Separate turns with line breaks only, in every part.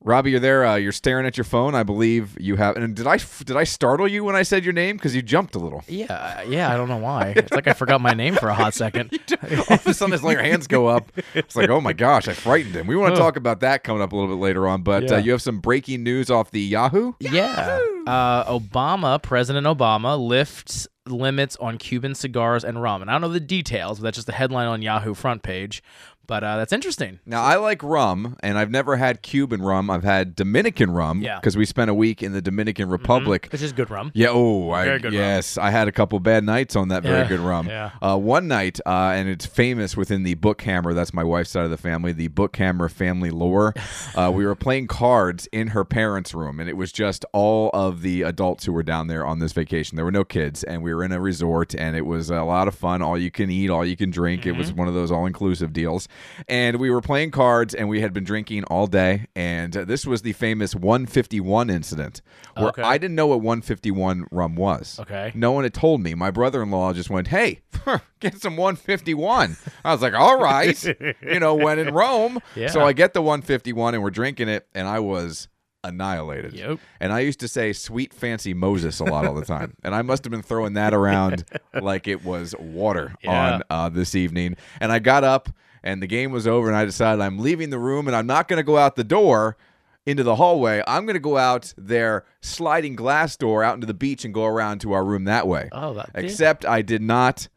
Robbie, you're there. Uh, you're staring at your phone. I believe you have. And did I did I startle you when I said your name? Because you jumped a little.
Yeah, uh, yeah. I don't know why. It's like I forgot my name for a hot second.
All of a sudden, it's like your hands go up. It's like, oh my gosh, I frightened him. We want to talk about that coming up a little bit later on. But uh,
Yeah.
you have some breaking news off the Yahoo.
Yeah. Uh, Obama, President Obama, lifts limits on Cuban cigars and rum. And I don't know the details, but that's just the headline on Yahoo front page. But uh, that's interesting.
Now I like rum, and I've never had Cuban rum. I've had Dominican rum
Yeah.
because we spent a week in the Dominican Republic.
Which is good rum.
Yeah. Oh, I,
Very good rum.
yes. I had a couple bad nights on that very
Yeah,
good rum.
yeah.
Uh, one night, uh, and it's famous within the Bookhammer. That's my wife's side of the family. The Bookhammer family lore. uh, we were playing cards in her parents' room, and it was just all of the adults who were down there on this vacation. There were no kids, and we were in a resort, and it was a lot of fun. All you can eat, all you can drink. It
Mm-hmm.
was one of those all-inclusive deals, and we were playing cards, and we had been drinking all day, and uh, this was the famous 151 incident where
Okay.
I didn't know what 151 rum was.
Okay.
No one had told me. My brother in law just went, hey, get some 151. I was like, all right. you know, when in Rome.
Yeah.
So I get the 151 and we're drinking it, and I was annihilated.
Yep.
And I used to say sweet fancy Moses a lot all the time. and I must have been throwing that around like it was water
Yeah.
on uh, this evening. And I got up and the game was over and I decided I'm leaving the room and I'm not going to go out the door into the hallway. I'm going to go out their sliding glass door out into the beach and go around to our room that way.
Oh, that
Except I did not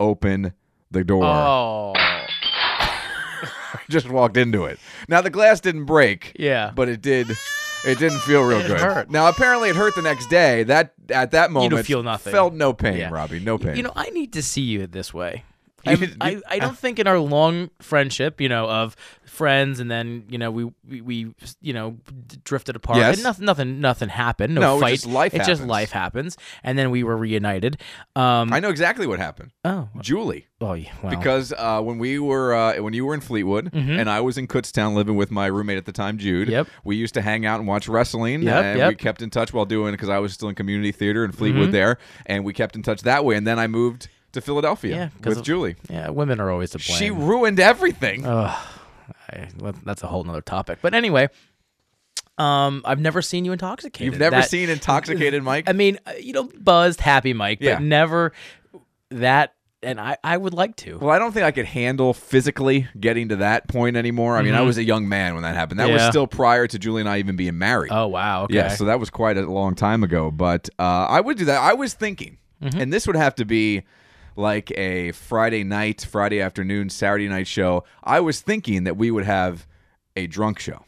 open the door.
Oh.
Just walked into it. Now the glass didn't break
Yeah.
but it did it didn't feel real
It
good.
hurt.
Now apparently it hurt the next day. That at that moment
feel nothing.
felt no pain,
Yeah.
Robbie. No pain.
You know, I need to see you this way.
You uh,
I'm-
did-
I, I don't think in our long friendship, you know, of friends, and then you know we we, we you know d- drifted apart.
Yes.
And nothing nothing nothing happened. No,
No, it
fight.
just life
It
happens.
just life happens, and then we were reunited. Um.
I know exactly what happened.
oh.
Julie.
Oh. yeah, Well.
Because uh, when we were uh, when you were in Fleetwood and I was in Kutztown living with my roommate at the time, Jude.
Yep.
We used to hang out and watch wrestling.
Yep,
and we
yep. Mm-hmm.
kept in touch while doing because I was still in community theater in Fleetwood there, and we kept in touch that way. And then I moved to
Yeah,
Philadelphia
'cause
with
of- Uh,
Julie.
yeah. Women are always to blame.
She ruined everything.
I, that's a whole nother topic. But anyway, um, I've never seen you intoxicated.
You've never
That-
seen intoxicated Mike.
I mean, uh, you know, buzzed, happy Mike,
Yeah.
but never that. And I, I would like to.
Well, I don't think I could handle physically getting to that point anymore. I mean, I was a young man when that happened. That was
Mm-hmm. Yeah.
still prior to Julie and I even being married.
Oh wow. Okay.
Yeah, so that was quite a long time ago. But uh, I would do that. I was thinking,
Mm-hmm.
and this would have to be like a Friday night, Friday afternoon, Saturday night show. I was thinking that we would have a drunk show.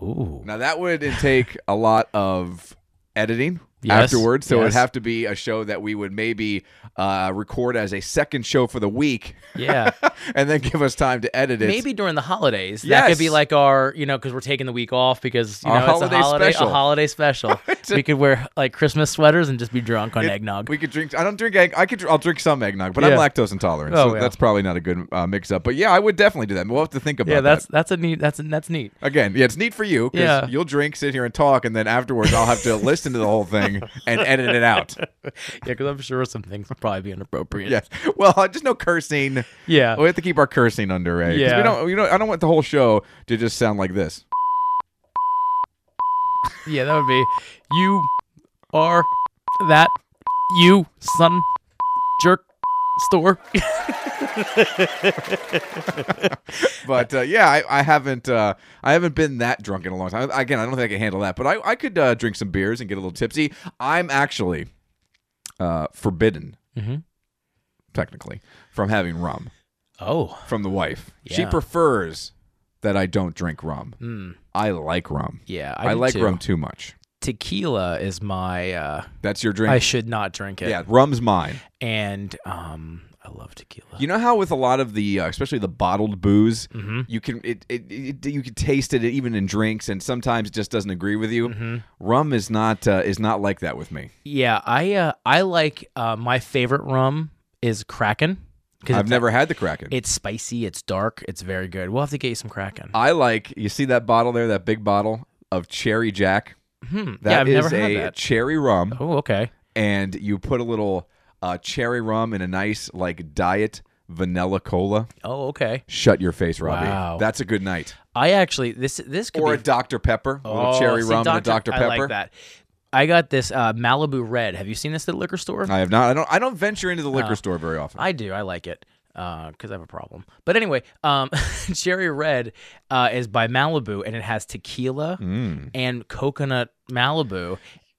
Ooh.
Now that would take a lot of editing
Yes,
afterwards, so it'd
yes.
have to be a show that we would maybe uh, record as a second show for the week,
Yeah.
and then give us time to edit it.
Maybe during the holidays. That
Yes.
could be like our, you know, because we're taking the week off because you
Our
know it's
holiday
a holiday,
special.
a holiday special. we could wear like Christmas sweaters and just be drunk on eggnog.
We could drink. I don't drink egg. I could. I'll drink some eggnog, but I'm
Yeah.
lactose intolerant,
Oh,
so
yeah.
that's probably not a good uh, mix-up. But yeah, I would definitely do that. We'll have to think about
yeah, that's
that.
that's a neat. That's that's neat.
Again, yeah, it's neat for you 'cause
Yeah.
you'll drink, sit here, and talk, and then afterwards I'll have to listen to the whole thing and edit it out.
Yeah, because I'm sure some things would probably be inappropriate.
Yes. Well, uh, just no cursing.
Yeah.
We have to keep our cursing under a. 'cause We
Uh, Yeah.
don't. We don't. I don't want the whole show to just sound like this.
Yeah, that would be you are that you son jerk store.
But uh, yeah, I, I haven't. Uh, I haven't been that drunk in a long time. Again, I don't think I can handle that. But I, I could uh, drink some beers and get a little tipsy. I'm actually uh, forbidden,
Mhm.
technically, from having rum
Oh,
from the wife. She
Yeah.
prefers that I don't drink rum. I like rum.
yeah, I,
I,
do
like
too.
rum too much.
Tequila is my. uh
That's your
I
drink.
should not drink it.
yeah, rum's mine.
and um, I love tequila.
You know how with a lot of the, uh, especially the bottled booze,
Mm-hmm.
you can it, it, it you can taste it even in drinks, and sometimes it just doesn't agree with you.
Mm-hmm.
Rum is not uh, is not like that with me.
Yeah, I uh, I like uh, my favorite rum is Kraken because
I've never had the Kraken.
It's spicy. It's dark. It's very good. We'll have to get you some Kraken.
I like you see that bottle there, that big bottle of Cherry Jack.
Hmm. yeah,
That
I've
is
never had
a
that.
cherry rum,
Oh, okay.
and you put a little uh, cherry rum in a nice like diet vanilla cola.
Oh, okay.
Shut your face, Robbie.
Wow.
That's a good night.
I actually this this could
Or
be Oh,
a Dr. Pepper, a little cherry
see,
rum and a Dr. Pepper.
I like that. I got this uh, Malibu Red. Have you seen this at the liquor store?
I have not. I don't. I don't venture into the liquor store very often.
I do. I like it because I have a problem. But anyway, um, Cherry Red uh, is by Malibu and it has tequila
Hmm.
and coconut Malibu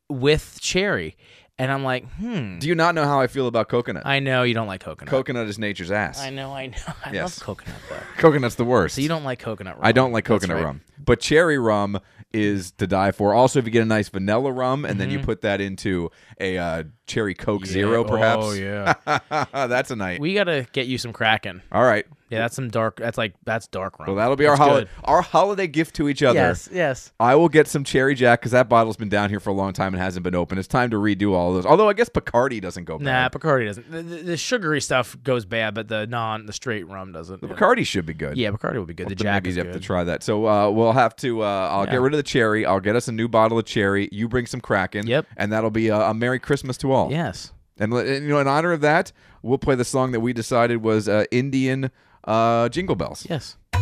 with cherry. And I'm like, hmm.
Do you not know how I feel about coconut?
I know you don't like coconut.
coconut is nature's ass.
I know. I know. I
Yes.
love coconut though.
Coconut's the worst.
So you don't like coconut rum.
I don't like
That's
coconut
right.
rum, but cherry rum is to die for. Also, if you get a nice vanilla rum and then you put that into a uh, cherry Coke Zero,
Mm-hmm. Yeah.
perhaps.
Oh yeah.
that's a night.
we gotta get you some Kraken.
All right.
Yeah, that's some dark. That's like that's dark rum.
Well, that'll be our
That's
holiday.
good.
Our holiday gift to each other.
Yes, yes.
I will get some Cherry Jack because that bottle's been down here for a long time and hasn't been open. It's time to redo all of those. Although I guess Picardi doesn't go
Nah,
bad.
Bacardi doesn't. The, the- the sugary stuff goes bad, but the non, the straight rum doesn't.
Picardi should be good.
Yeah, Bacardi would be good. The
But
Jack
maybe
is
you have to
good.
try that. So uh, we'll have to. Uh, I'll get rid of the cherry. I'll get us a new bottle of cherry. You bring some Kraken.
Yep.
And that'll be a, a Merry Christmas to all.
Yes.
And, let- and, you know, in honor of that, we'll play the song that we decided was uh, Indian uh, Jingle Bells.
Yes.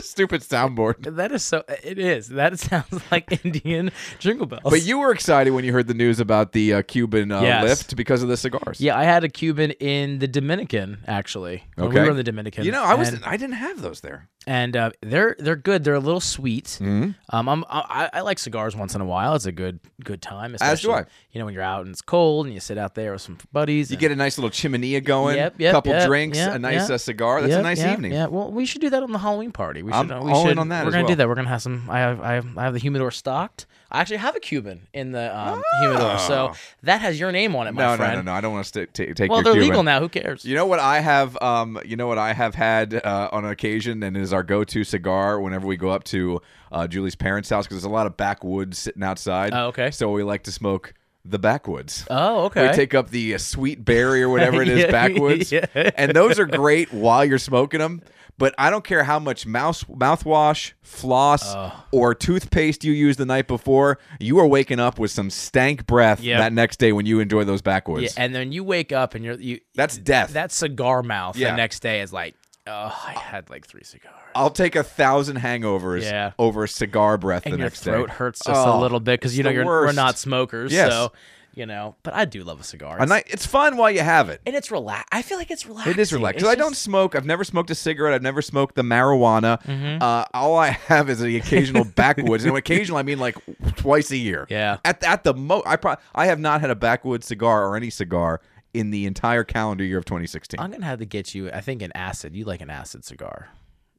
Stupid soundboard.
That is so. It is. That sounds like Indian jingle bells.
But you were excited when you heard the news about the uh, Cuban uh,
Yes.
lift because of the cigars.
Yeah, I had a Cuban in the Dominican actually. When
Okay.
We were in the Dominican.
You know, I was
And,
I didn't have those there.
and uh, they're they're good. They're a little sweet.
Mm-hmm.
Um, I'm, I I like cigars once in a while. It's a good good time.
As do
especially,
I.
You know, when you're out and it's cold and you sit out there with some buddies.
You get a nice little chimenea going,
Yep, yep,
couple
yep,
drinks,
yep,
a nice
yep.
uh, cigar. That's a
Yep,
nice
yeah,
evening.
Yeah, well, we should do that on the Halloween party. We should.
I'm
uh, we
all in
should-
on that
We're
as
gonna
well.
do that. We're gonna have some. I have. I have. I have the humidor stocked. I actually have a Cuban in the um, humidor, so that has your name on it, my
Ah. No, no,
friend.
no, no. I don't want to take
Well,
your
they're
Cuban.
legal now. Who cares?
You know what I have? Um, you know what I have had uh, on occasion, and is our go-to cigar whenever we go up to uh, Julie's parents' house because there's a lot of backwoods sitting outside.
Oh, okay.
So we like to smoke the backwoods.
Oh, okay.
We take up the uh, sweet berry or whatever it is
Yeah,
backwoods,
yeah.
and those are great while you're smoking them. But I don't care how much mouse mouthwash, floss, or toothpaste you used the night before. You are waking up with some stank breath
Yep.
that next day when you enjoy those backwoods.
yeah, and then you wake up and you're you.
That's death.
that cigar mouth
Yeah.
the next day is like, oh, I had like three cigars.
I'll take a thousand hangovers
Yeah.
over cigar breath the
and your
next
throat
day.
hurts just a
Oh,
little bit because you
it's
know
the
you're we're
worst.
not smokers,
Yes.
so you know. But I do love a cigar.
A night, it's fun while you have it.
and it's relax. I feel like it's relaxing.
It is relaxed.
It's
Because I
just-
don't smoke. I've never smoked a cigarette. I've never smoked the marijuana.
Mm-hmm.
Uh, all I have is the occasional backwoods. And occasional, I mean like twice a year.
Yeah.
At, at the mo, I pro- I have not had a backwoods cigar or any cigar in the entire calendar year of 2016.
I'm gonna have to get you. I think an acid. You like an acid cigar?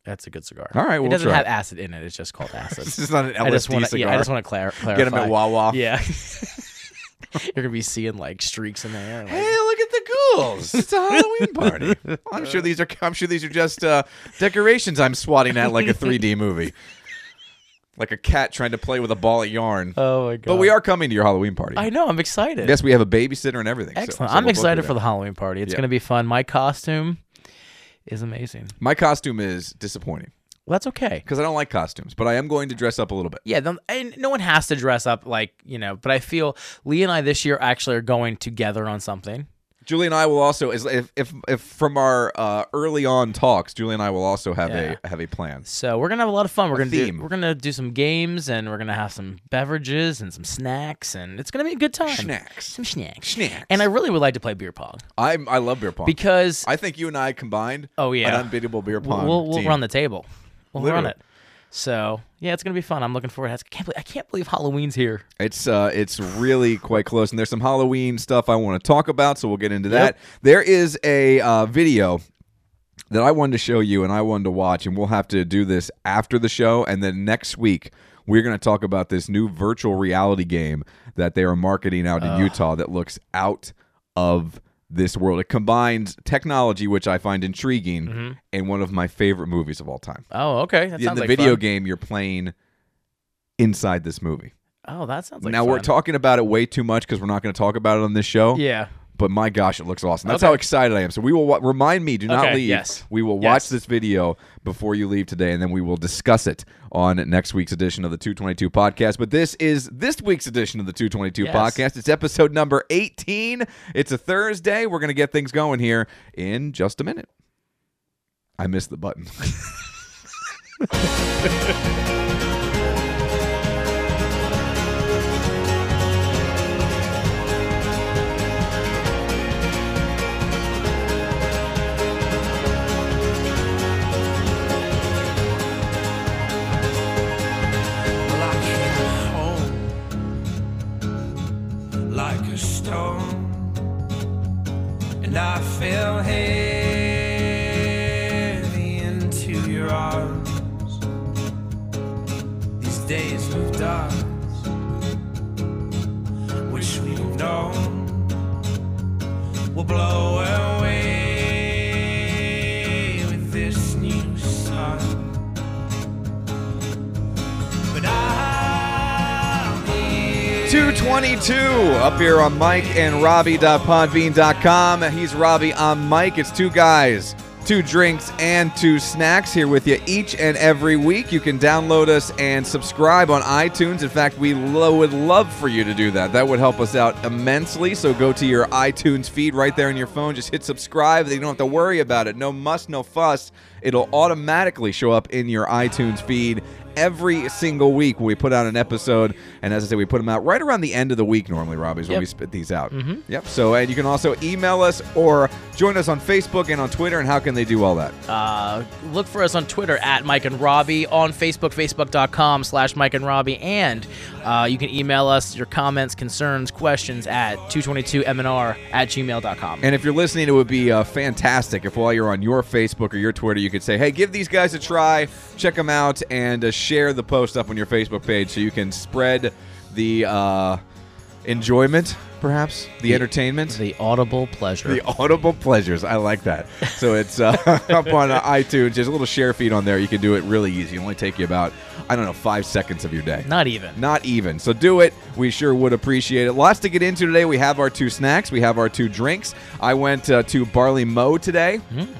That's a good cigar.
All right,
it
we'll
doesn't
try
have acid in it. It's just called acid.
this is not an LSD
I just want to.
cigar.
Yeah, I just want to clar- clarify.
Get them at Wawa.
Yeah. You're gonna be seeing like streaks in the air. like-
Hey, look at the ghouls! It's a Halloween party. I'm sure these are. I'm sure these are just uh, decorations. I'm swatting at like a 3D movie, like a cat trying to play with a ball of yarn.
oh my god.
but we are coming to your Halloween party.
I know. I'm excited.
yes, we have a babysitter and everything. so-
Excellent.
so
I'm
we'll both
excited
do
for
that.
the Halloween party. It's
Yeah.
gonna be fun. My costume is amazing.
My costume is disappointing
Well, that's okay.
because I don't like costumes, but I am going to dress up a little bit.
Yeah, them, and no one has to dress up like you know. But I feel Lee and I this year actually are going together on something.
Julie and I will also, as- if if, if from our uh, early on talks, Julie and I will also have a have a plan.
So we're gonna have a lot of fun. We're gonna
theme.
do we're gonna do some games and we're gonna have some beverages and some snacks and it's gonna be a good time.
Snacks, Oh,
Some snacks.
snacks.
And I really would like to play beer pong
I I love beer pong.
because
I think you and I combined.
Oh, yeah.
an unbeatable beer pong.
we'll we'll
team.
run the table. We'll
Literally.
run it. So yeah, it's gonna be fun. I'm looking forward. to it. I can't believe I can't believe Halloween's here.
It's uh, it's really quite close, and there's some Halloween stuff I want to talk about, so we'll get into
Yep.
that. There is a uh, video that I wanted to show you, and I wanted to watch, and we'll have to do this after the show, and then next week we're going to talk about this new virtual reality game that they are marketing out in Utah that looks out of this world. It combines technology, which I find intriguing, and one of my favorite movies of all time.
Oh okay. Mm-hmm. That
in
sounds
the
like
video
fun.
game, you're playing inside this movie
Oh, that sounds like
now we're
fun.
talking about it way too much because we're not going to talk about it on this show.
Yeah.
But my gosh, it looks awesome. That's how excited I am. So we will wa- remind me. Do not
Okay,
leave.
yes.
We will watch
Yes.
this video before you leave today, and then we will discuss it on next week's edition of the 222 podcast. But this is this week's edition of the 222
Yes.
podcast. It's episode number 18. It's a Thursday. We're gonna get things going here in just a minute. I missed the button.
Well, I came home like a stone, and I fell heavy into your arms. These days moved us, wish we'd known. We'll blow away with this new sun. But I'm here.
222 up here on Mike and Robbie.podbean.com. He's Robbie, I'm Mike. It's two guys, two drinks, and two snacks here with you each and every week. You can download us and subscribe on iTunes. In fact, we lo- would love for you to do that. That would help us out immensely. So go to your iTunes feed right there in your phone. Just hit subscribe. You don't have to worry about it. No muss, no fuss. It'll automatically show up in your iTunes feed every single week when we put out an episode. And as I said, we put them out right around the end of the week normally, Robbie, is when
Yep. Mm-hmm.
we spit these out. Yep. So, and you can also email us or join us on Facebook and on Twitter. And how can they do all that?
Uh, look for us on Twitter at Mike and Robbie, on Facebook, facebook.com slash Mike and Robbie, and uh, you can email us your comments, concerns, questions at 222mnr at gmail.com.
And if you're listening, it would be uh, fantastic if while you're on your Facebook or your Twitter, you could say, hey, give these guys a try, check them out, and uh, share the post up on your Facebook page so you can spread the uh, enjoyment, perhaps, the entertainment.
The audible pleasure.
The audible pleasures. I like that. So it's uh, up on uh, iTunes. There's a little share feed on there. You can do it really easy. It'll only take you about, I don't know, five seconds of your day.
Not even.
Not even. So do it. We sure would appreciate it. Lots to get into today. We have our two snacks. We have our two drinks. I went uh, to Barley Mow today.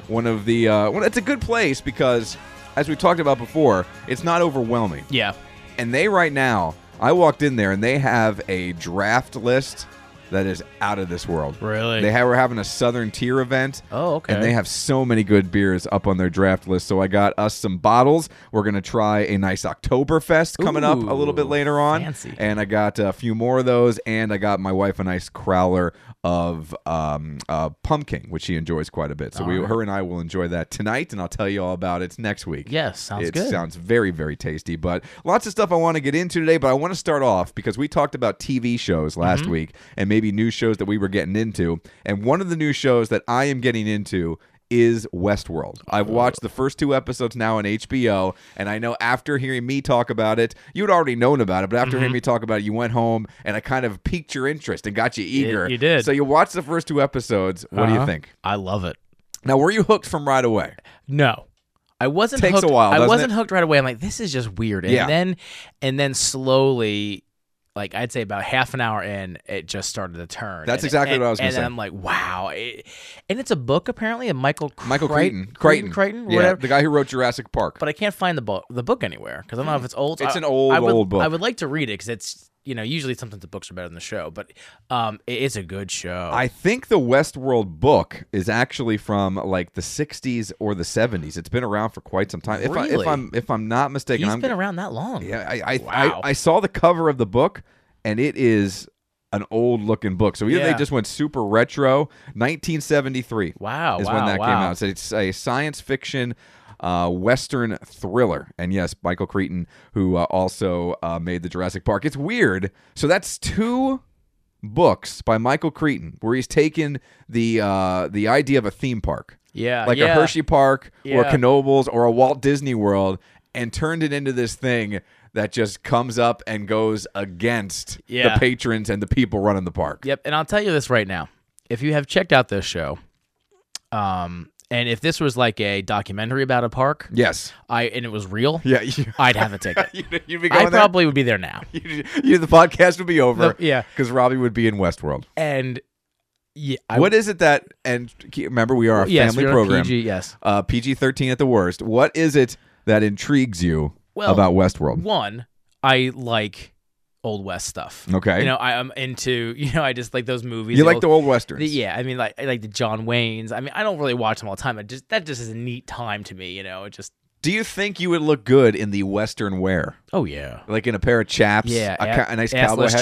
One of the. Uh, well, it's a good place because, as we talked about before, it's not overwhelming.
Yeah.
And they right now, I walked in there and they have a draft list that is out of this world.
Really?
They ha- were having a Southern Tier event.
Oh, okay.
And they have so many good beers up on their draft list. So I got us some bottles. We're going to try a nice Oktoberfest coming up a little bit
Ooh,
later on.
fancy.
And I got a few more of those. And I got my wife a nice crowler of um, uh, pumpkin, which she enjoys quite a bit. So we, her and I will enjoy that tonight. And I'll tell you all about it next week
Yes, sounds
it
good.
sounds very, very tasty. But lots of stuff I want to get into today. But I want to start off because we talked about TV shows last
Mm-hmm.
week and maybe new shows that we were getting into. And one of the new shows that I am getting into is Westworld.
Oh.
I've watched the first two episodes now on HBO, and I know after hearing me talk about it, you'd already known about it, but after
Mm-hmm.
hearing me talk about it, you went home and I kind of piqued your interest and got you eager.
you did.
So you watched the first two episodes. What do you
Uh-huh.
think?
I love it.
Now, were you hooked from right away?
No. I wasn't
Takes a
hooked,
while,
I
doesn't
wasn't
it?
hooked right away. I'm like, this is just weird. And
Yeah.
then and then slowly like I'd say about half an hour in, it just started to turn.
That's
And-
exactly
and-
what I was gonna
And then
say.
I'm like, wow. It- and it's a book apparently, a Michael
Michael
Cricht-
Creighton.
Crichton, Crichton,
yeah,
whatever.
the guy who wrote Jurassic Park.
but I can't find the book the book anywhere because I don't know if it's old.
It's
I-
an old,
I would,
old book.
I would like to read it because it's you know usually sometimes the books are better than the show, but um, it is a good show.
I think the Westworld book is actually from like the 60s or the 70s. It's been around for quite some time. If, I, if
Really?
I'm if I'm not mistaken,
He's
I'm
been around that long.
yeah. I I,
Wow.
I I saw the cover of the book, and it is an old looking book. So either
Yeah.
they just went super retro. 1973.
Wow,
is
Oh, wow,
when that came
wow.
out. So it's a science fiction. Uh, Western thriller, and yes, Michael Crichton, who uh, also uh, made the Jurassic Park. It's weird. So that's two books by Michael Crichton, where he's taken the uh, the idea of a theme park,
yeah,
like a
Uh, yeah.
Hershey Park or
Yeah.
a Knoebels or a Walt Disney World, and turned it into this thing that just comes up and goes against
Yeah.
the patrons and the people running the park.
Yep, and I'll tell you this right now: if you have checked out this show, um, and if this was like a documentary about a park,
Yes.
I and it was real,
Yeah. You,
I'd have a ticket.
you'd, you'd be going
I
there?
probably would be there now.
you, you- the podcast would be over.
The- yeah.
because Robbie would be in Westworld.
and Yeah. I,
What is it that and ke- remember we are a
yes,
family
we're on
program.
PG, yes.
Uh, PG thirteen at the worst. What is it that intrigues you
Well,
about Westworld?
One, I like old west stuff.
Okay.
You know, I am into. You know, I just like those movies.
you like the old westerns.
The- yeah, I mean, like I like the John Waynes. I mean, I don't really watch them all the time. I just that just is a neat time to me, you know. It just
Do you think you would look good in the western wear,
oh yeah,
like in a pair of chaps?
yeah,
a,
ass-
ca- a nice
assless
cowboy hat.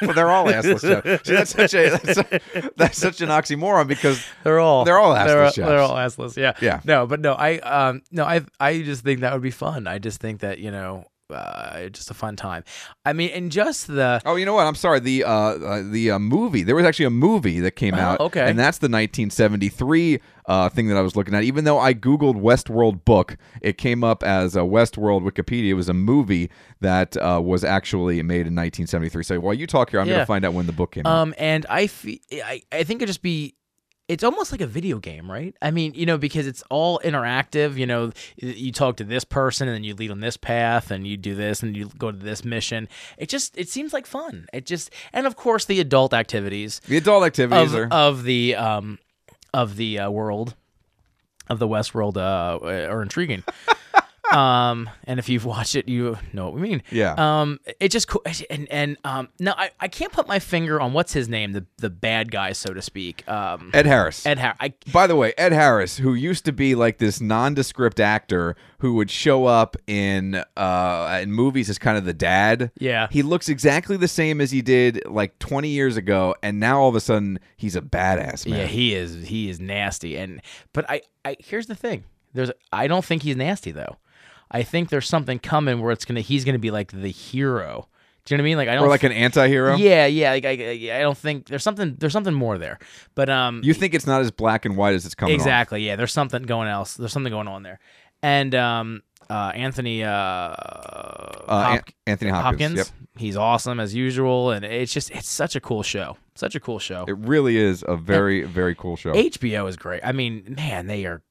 well, they're all assless chaps. See, that's such a that's, a- that's such an oxymoron because
They're all
They're all assless chaps.
They're, they're all assless. Yeah.
Yeah.
No, but no, I um no, I I just think that would be fun. I just think that you know, uh, just a fun time. I mean, and just the
Oh, you know what? I'm sorry. The uh, uh the uh, movie. There was actually a movie that came
Oh,
out.
okay.
And that's the 1973 uh, thing that I was looking at. Even though I googled Westworld book, it came up as a Westworld Wikipedia. It was a movie that uh, was actually made in 1973. So while you talk here, I'm
Yeah.
gonna find out when the book came out.
um and I fe- I I think it just be. It's almost like a video game, right? I mean, you know, because it's all interactive. You know, y- you talk to this person, and then you lead on this path, and you do this, and you go to this mission. It just it seems like fun. It just and of course the adult activities.
The adult activities
of,
are.
of the um of the uh, world of the West world uh, are intriguing. um, and if you've watched it, you know what we mean.
Yeah.
Um, it just co- and and um now I, I can't put my finger on what's his name the the bad guy so to speak. Um,
Ed Harris.
Ed Har- I
By the way, Ed Harris, who used to be like this nondescript actor who would show up in uh, in movies as kind of the dad.
Yeah.
he looks exactly the same as he did like 20 years ago, and now all of a sudden he's a badass man.
yeah he is he is nasty and but I I here's the thing there's I don't think he's nasty though. I think there's something coming where it's gonna he's gonna be like the hero. Do you know what I mean? Like I don't
or like an antihero.
Yeah, yeah. Like I, I, I don't think there's something there's something more there. But um,
You think it's not as black and white as it's coming. off.
exactly. Yeah, there's something going else. There's something going on there. And um, uh, Anthony uh,
Uh,
Hop-
An- Anthony Hopkins. Yep.
he's awesome as usual, and it's just it's such a cool show. Such a cool show.
It really is a very very cool show.
HBO is great. I mean, man, they are.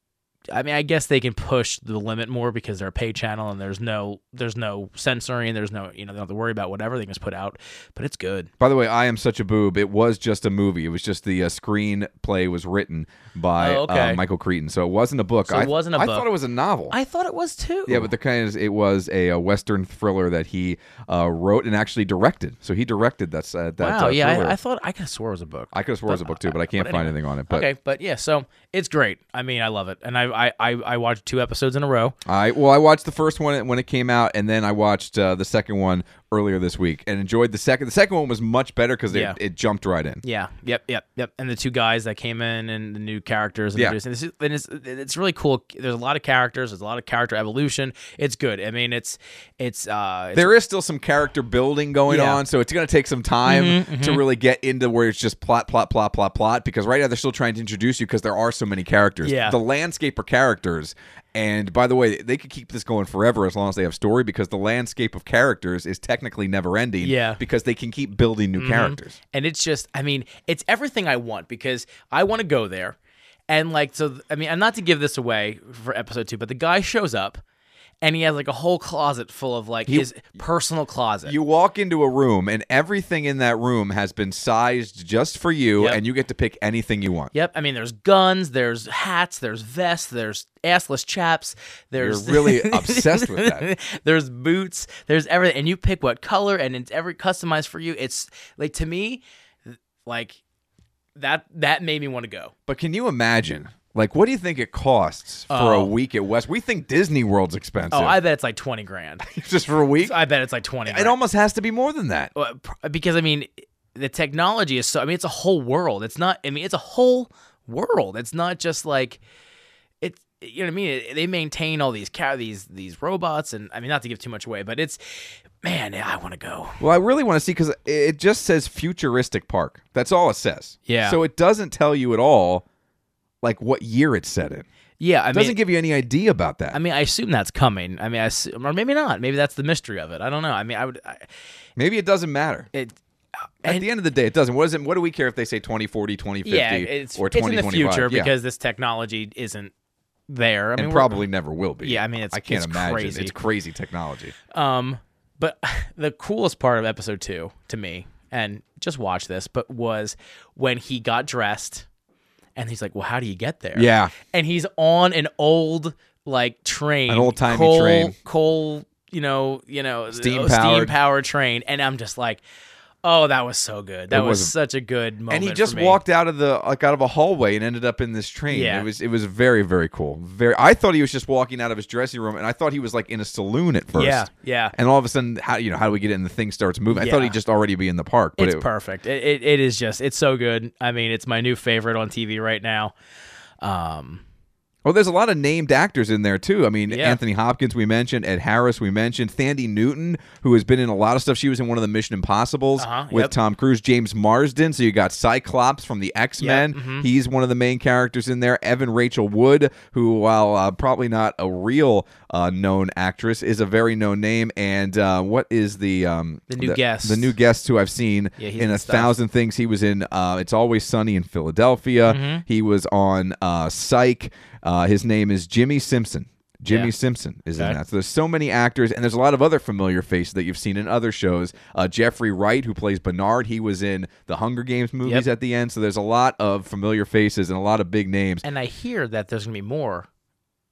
I mean, I guess they can push the limit more because they're a pay channel and there's no there's no censoring, there's no you know they don't have to worry about whatever they can just put out, but it's good.
By the way, I am such a boob. It was just a movie. It was just the uh, screenplay was written by
Oh, okay.
uh, Michael Creighton, so it wasn't a book.
So it
I,
wasn't a
I
book.
thought it was a novel.
I thought it was too.
Yeah, but the kind of it was a, uh western thriller that he uh, wrote and actually directed. So he directed that. Uh, that
Wow,
uh,
yeah,
thriller.
I,
I,
I thought I could have swore it was a book.
could have swore it was a book too, but I can't
but
find
anyway.
anything on it. But
okay, but yeah, so it's great. I mean, I love it, and I I I, I watched two episodes in a row.
I well, I watched the first one when it came out, and then I watched uh, the second one earlier this week and enjoyed the second. The second one was much better because
Yeah.
it, it jumped right in.
Yeah, yep, yep, yep. And the two guys that came in and the new characters. And
Yeah.
introduced- and this is- and it's, it's really cool. There's a lot of characters. There's a lot of character evolution. It's good. I mean, it's it's uh, it's,
There is still some character building going
Yeah. Mm-hmm,
on, so it's going to take some time to really get into where it's just plot, plot, plot, plot, plot. Because right now they're still trying to introduce you because there are so many characters.
Yeah.
The landscape are characters, and by the way, they could keep this going forever as long as they have story because the landscape of characters is technically never ending.
Yeah. Mm-hmm.
Because they can keep building new characters.
and it's just I mean, it's everything I want because I want to go there, and like so. th- I mean, and not to give this away for episode two, but the guy shows up. And he has like a whole closet full of like his personal closet.
You walk into a room, and everything in that room has been sized just for you,
Yep.
and you get to pick anything you want.
Yep. I mean, there's guns, there's hats, there's vests, there's assless chaps,
You're
there's
really obsessed with that.
there's boots, there's everything, and you pick what color, and it's every customized for you. It's like to me, th- like that that made me want to go.
But can you imagine? Like, what do you think it costs for a
Oh.
week at West? We think Disney World's expensive.
Oh, I bet it's like twenty grand.
just for a week.
I bet it's like twenty.
it
Grand.
almost has to be more than that.
Well, uh, pr- because I mean, the technology is so. I mean, it's a whole world. It's not. I mean, it's a whole world. It's not just like it's. You know what I mean? It- They maintain all these car, these these robots, and I mean, not to give too much away, but it's, man, I want to go.
Well, I really want to see because it just says futuristic park. That's all it says.
Yeah.
So it doesn't tell you at all, like what year it's set in. It
Yeah, I
doesn't
mean,
give you any idea about that.
I mean, I assume that's coming. I mean, I assume, or maybe not. Maybe that's the mystery of it. I don't know. I mean, I would. I,
Maybe it doesn't matter.
it,
At
and-
the end of the day, it doesn't. What, is it, what do we care if they say 2040, 2050,
yeah, it's
or
it's in the
2025?
future
Yeah.
because this technology isn't there. I mean,
and
we're-
probably never will be.
Yeah, I mean, it's-
I can't
it's
imagine.
crazy.
It's crazy technology.
Um, but the coolest part of episode two to me, and just watch this, but was when he got dressed and he's like, Well, how do you get there?
Yeah.
And he's on an old like train.
An old-timey
coal-
train.
Coal, you know, you know
Steam
steam
powered.
powered train. And I'm just like, Oh, that was so good. That was,
was-
such a good moment.
and he
for
just
me.
walked out of the like out of a hallway and ended up in this train.
Yeah.
It was it was very very cool. Very I thought he was just walking out of his dressing room and I thought he was like in a saloon at first.
Yeah, yeah.
And all of a sudden how you know how do we get in the thing starts moving. I thought
Yeah.
he'd just already be in the park, but
it's
it,
perfect. It, it it is just it's so good. I mean, it's my new favorite on TV right now. Um,
Well, Oh, there's a lot of named actors in there too. I mean,
Yeah.
Anthony Hopkins we mentioned, Ed Harris we mentioned, Thandi Newton who has been in a lot of stuff. She was in one of the Mission Impossible's
Uh-huh,
with
yep.
Tom Cruise, James Marsden. So you got Cyclops from the X Men.
mm-hmm.
He's one of the main characters in there. Evan Rachel Wood, who while uh, probably not a real uh, known actress, is a very known name. And uh, what is the um,
The new guest.
The new guest who I've seen
Yeah, he's
in
in
a
stuff.
thousand thousand things. He was in uh, It's Always Sunny in Philadelphia.
Mm-hmm.
He was on uh, Psych. Uh, his name is Jimmy Simpson. Jimmy
Yeah.
Simpson is
Okay.
in that. So there's so many actors, and there's a lot of other familiar faces that you've seen in other shows. Uh, Jeffrey Wright, who plays Bernard, he was in the Hunger Games movies
Yep.
at the end. So there's a lot of familiar faces and a lot of big names.
and I hear that there's gonna be more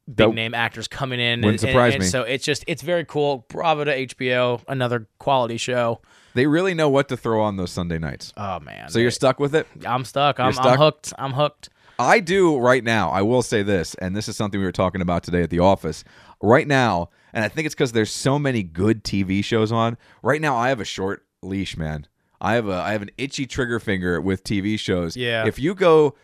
big
That
name actors coming in.
wouldn't
and- and-
surprise
and
me.
So it's just it's very cool. Bravo to HBO, another quality show.
They really know what to throw on those Sunday nights.
Oh man,
So you're stuck with it.
I'm stuck. I'm, I'm
stuck?
hooked. I'm hooked.
I do right now. I will say this, and this is something we were talking about today at the office. Right now, and I think it's because there's so many good TV shows on. Right now, I have a short leash, man. I have a I have an itchy trigger finger with TV shows.
Yeah.
If you go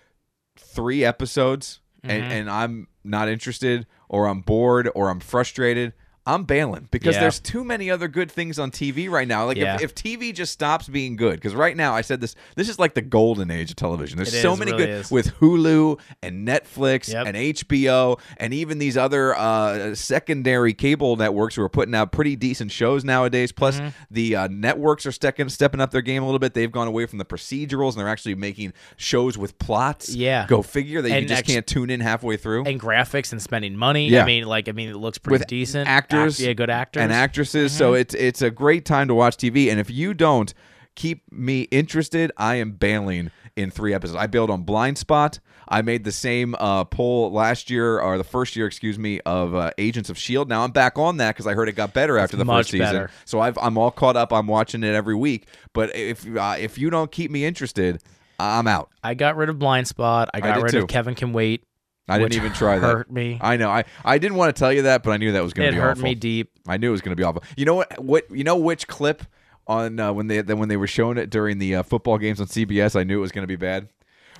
three episodes and,
Mm-hmm.
and I'm not interested, or I'm bored, or I'm frustrated. I'm bailing because
Yeah.
there's too many other good things on TV right now. Like
Yeah.
if, if TV just stops being good, because right now I said this, this is like the golden age of television. There's
It
so
is,
many
really
good
is.
with Hulu and Netflix
Yep.
and HBO and even these other uh, secondary cable networks who are putting out pretty decent shows nowadays. Plus,
Mm-hmm.
the uh, networks are stepping stepping up their game a little bit. They've gone away from the procedurals and they're actually making shows with plots.
Yeah.
go figure that you
And
just
ex-
can't tune in halfway through.
And graphics and spending money.
Yeah.
I mean, like I mean, it looks pretty
with
decent.
actors,
Act- yeah, good actors. Mm-hmm.
and actresses. So it's it's a great time to watch TV. And if you don't keep me interested, I am bailing in three episodes. I bailed on Blind Spot. I made the same uh, poll last year, or the first year, excuse me, of uh, Agents of Shield. Now I'm back on that because I heard it got better after the
much
first season.
better.
So I've, I'm all caught up. I'm watching it every week. But if uh, if you don't keep me interested, I'm out.
I got rid of Blind Spot. I got
did
rid
too.
of Kevin Can Wait.
I didn't
which
even try that.
Hurt me.
I know. I, I didn't want to tell you that, but I knew that was going to
it
be
hurt
awful.
me deep.
I knew it was going to be awful. You know what? What you know? Which clip on uh, when they then when they were showing it during the uh, football games on CBS? I knew it was going to be bad.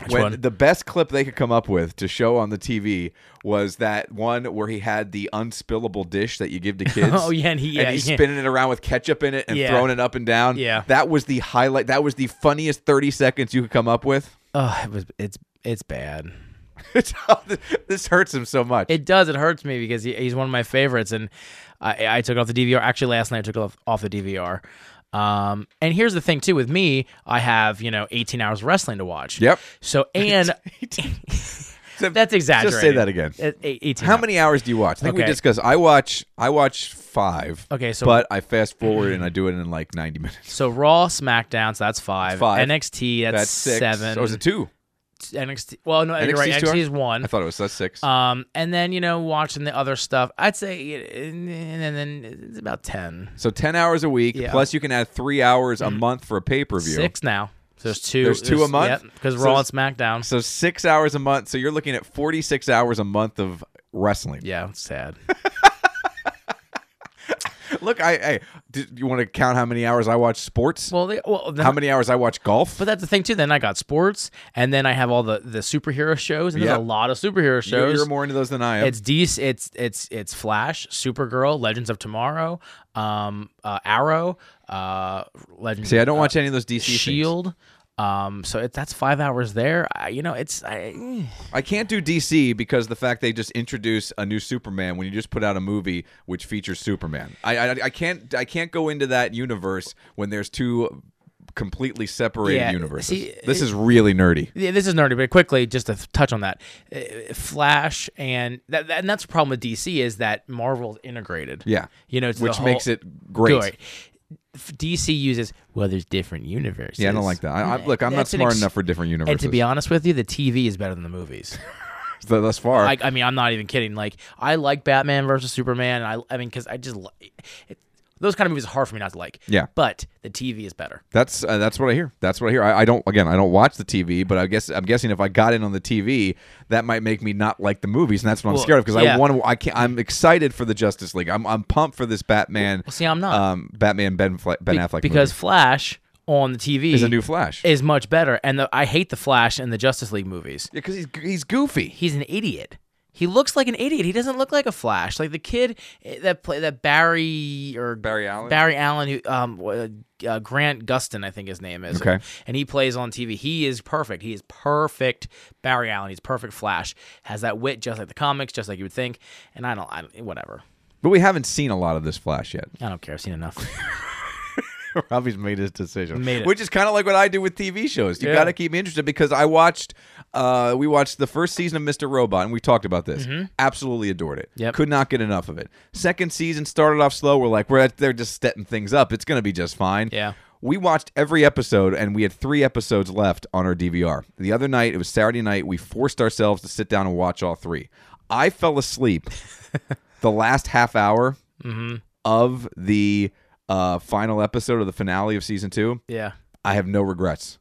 when
one?
the best clip they could come up with to show on the TV was that one where he had the unspillable dish that you give to kids.
Oh, yeah, and he- yeah,
he's
yeah.
spinning it around with ketchup in it and
Yeah.
throwing it up and down.
Yeah.
that was the highlight. That was the funniest thirty seconds you could come up with.
Oh, it was it's it's bad.
It's- this hurts him so much.
It does. It hurts me because he, he's one of my favorites, and I, I took it off the DVR. Actually, last night I took it off, off the DVR. Um, and here's the thing too. With me, I have you know 18 hours of wrestling to watch.
Yep.
So and
So
that's exaggerated.
Just say that again.
It- it- 18.
How many hours do you watch? I think we
Okay.
discussed. I watch. I watch five.
Okay, so-
but I fast forward and I do it in like ninety minutes.
So Raw, SmackDown, so that's five.
five.
NXT, that's,
That's six.
seven.
Oh, is it two?
NXT. Well, no, you're
NXT 's
right.
two
NXT is
hours?
one.
I thought it was that's six.
Um, and then you know, watching the other stuff, I'd say, and then it's about ten,
so ten hours a week.
yeah. Mm.
Plus, you can add three hours a month for a pay per view.
six now. So there's two.
There's two a month?
because
So
Raw and
it's-
SmackDown.
So six hours a month. So you're looking at forty six hours a month of wrestling.
yeah, it's sad.
Look, I. Hey, do you want to count how many hours I watch sports?
well, they, well, then,
how many hours I watch golf?
But that's the thing too. Then I got sports, and then I have all the the superhero shows, and
Yeah.
there's a lot of superhero
You- you're,
shows.
more into those than I am.
it's DC, it's it's it's Flash, Supergirl, Legends of Tomorrow, um, uh, Arrow, uh, Legends. uh,
See, I don't watch any of those DC things.
Shield. E Um, so it, that's five hours there. I, you know, it's I, eh.
I can't do DC because the fact they just introduce a new Superman when you just put out a movie which features Superman. I I, I can't I can't go into that universe when there's two completely separated
Yeah,
universes.
see,
this is really nerdy.
Yeah, this is nerdy, but quickly, just to th- touch on that, uh, Flash and that, that- and that's the problem with DC is that Marvel's integrated.
Yeah.
you know, to the
Which
whole-
makes it great.
Good. f- DC uses well, there's different universes.
Yeah, I don't like that. I, I, look, I'm not
That's an
smart
ex-
enough for different universes.
And to be honest with you, the TV is better than the movies.
Th- thus far,
Like, I mean, I'm not even kidding. Like, I like Batman versus Superman. And I, I mean, because I just, li- it, those kind of movies are hard for me not to like.
Yeah.
But the TV is better.
That's uh, that's what I hear. That's what I hear. I, I don't again. I don't watch the TV, but I guess I'm guessing if I got in on the TV, that might make me not like the movies, and that's what I'm
Well,
scared of because I
yeah.
want to. I can't. I'm excited for the Justice League. I'm I'm pumped for this Batman.
Well, see, I'm not.
Um, Batman Ben Fla- Ben
Be-
Affleck
because Flash on the TV
movie. he's a new Flash. Yeah,
is much better. And the, I hate the Flash and the Justice League movies.
because he's he's goofy.
He's an idiot. He looks like an idiot. He doesn't look like a Flash. Like the kid eh, that play that Barry or
Barry Allen?
Barry Allen, who um uh, uh, Grant Gustin, I think his name is.
Okay.
and he plays on TV. He is perfect. He is perfect. Barry Allen. He's perfect. Flash has that wit, just like the comics, just like you would think. And I don't. I don't whatever.
But we haven't seen a lot of this Flash yet.
I don't care. I've seen enough.
Robbie's made his decision,
Made it.
which is kind of like what I do with TV shows. You
Yeah.
got to keep me interested because I watched, uh, we watched the first season of Mr. Robot, and we talked about this. Absolutely adored it.
Mm-hmm. Yep.
Could not get enough of it. Second season started off slow. We're like, we're at, they're just setting things up. It's gonna be just fine.
Yeah.
We watched every episode, and we had three episodes left on our DVR. The other night, it was Saturday night. We forced ourselves to sit down and watch all three. I fell asleep the last half hour
Mm-hmm.
of the uh, final episode of the finale of season two,
yeah.
I have no regrets.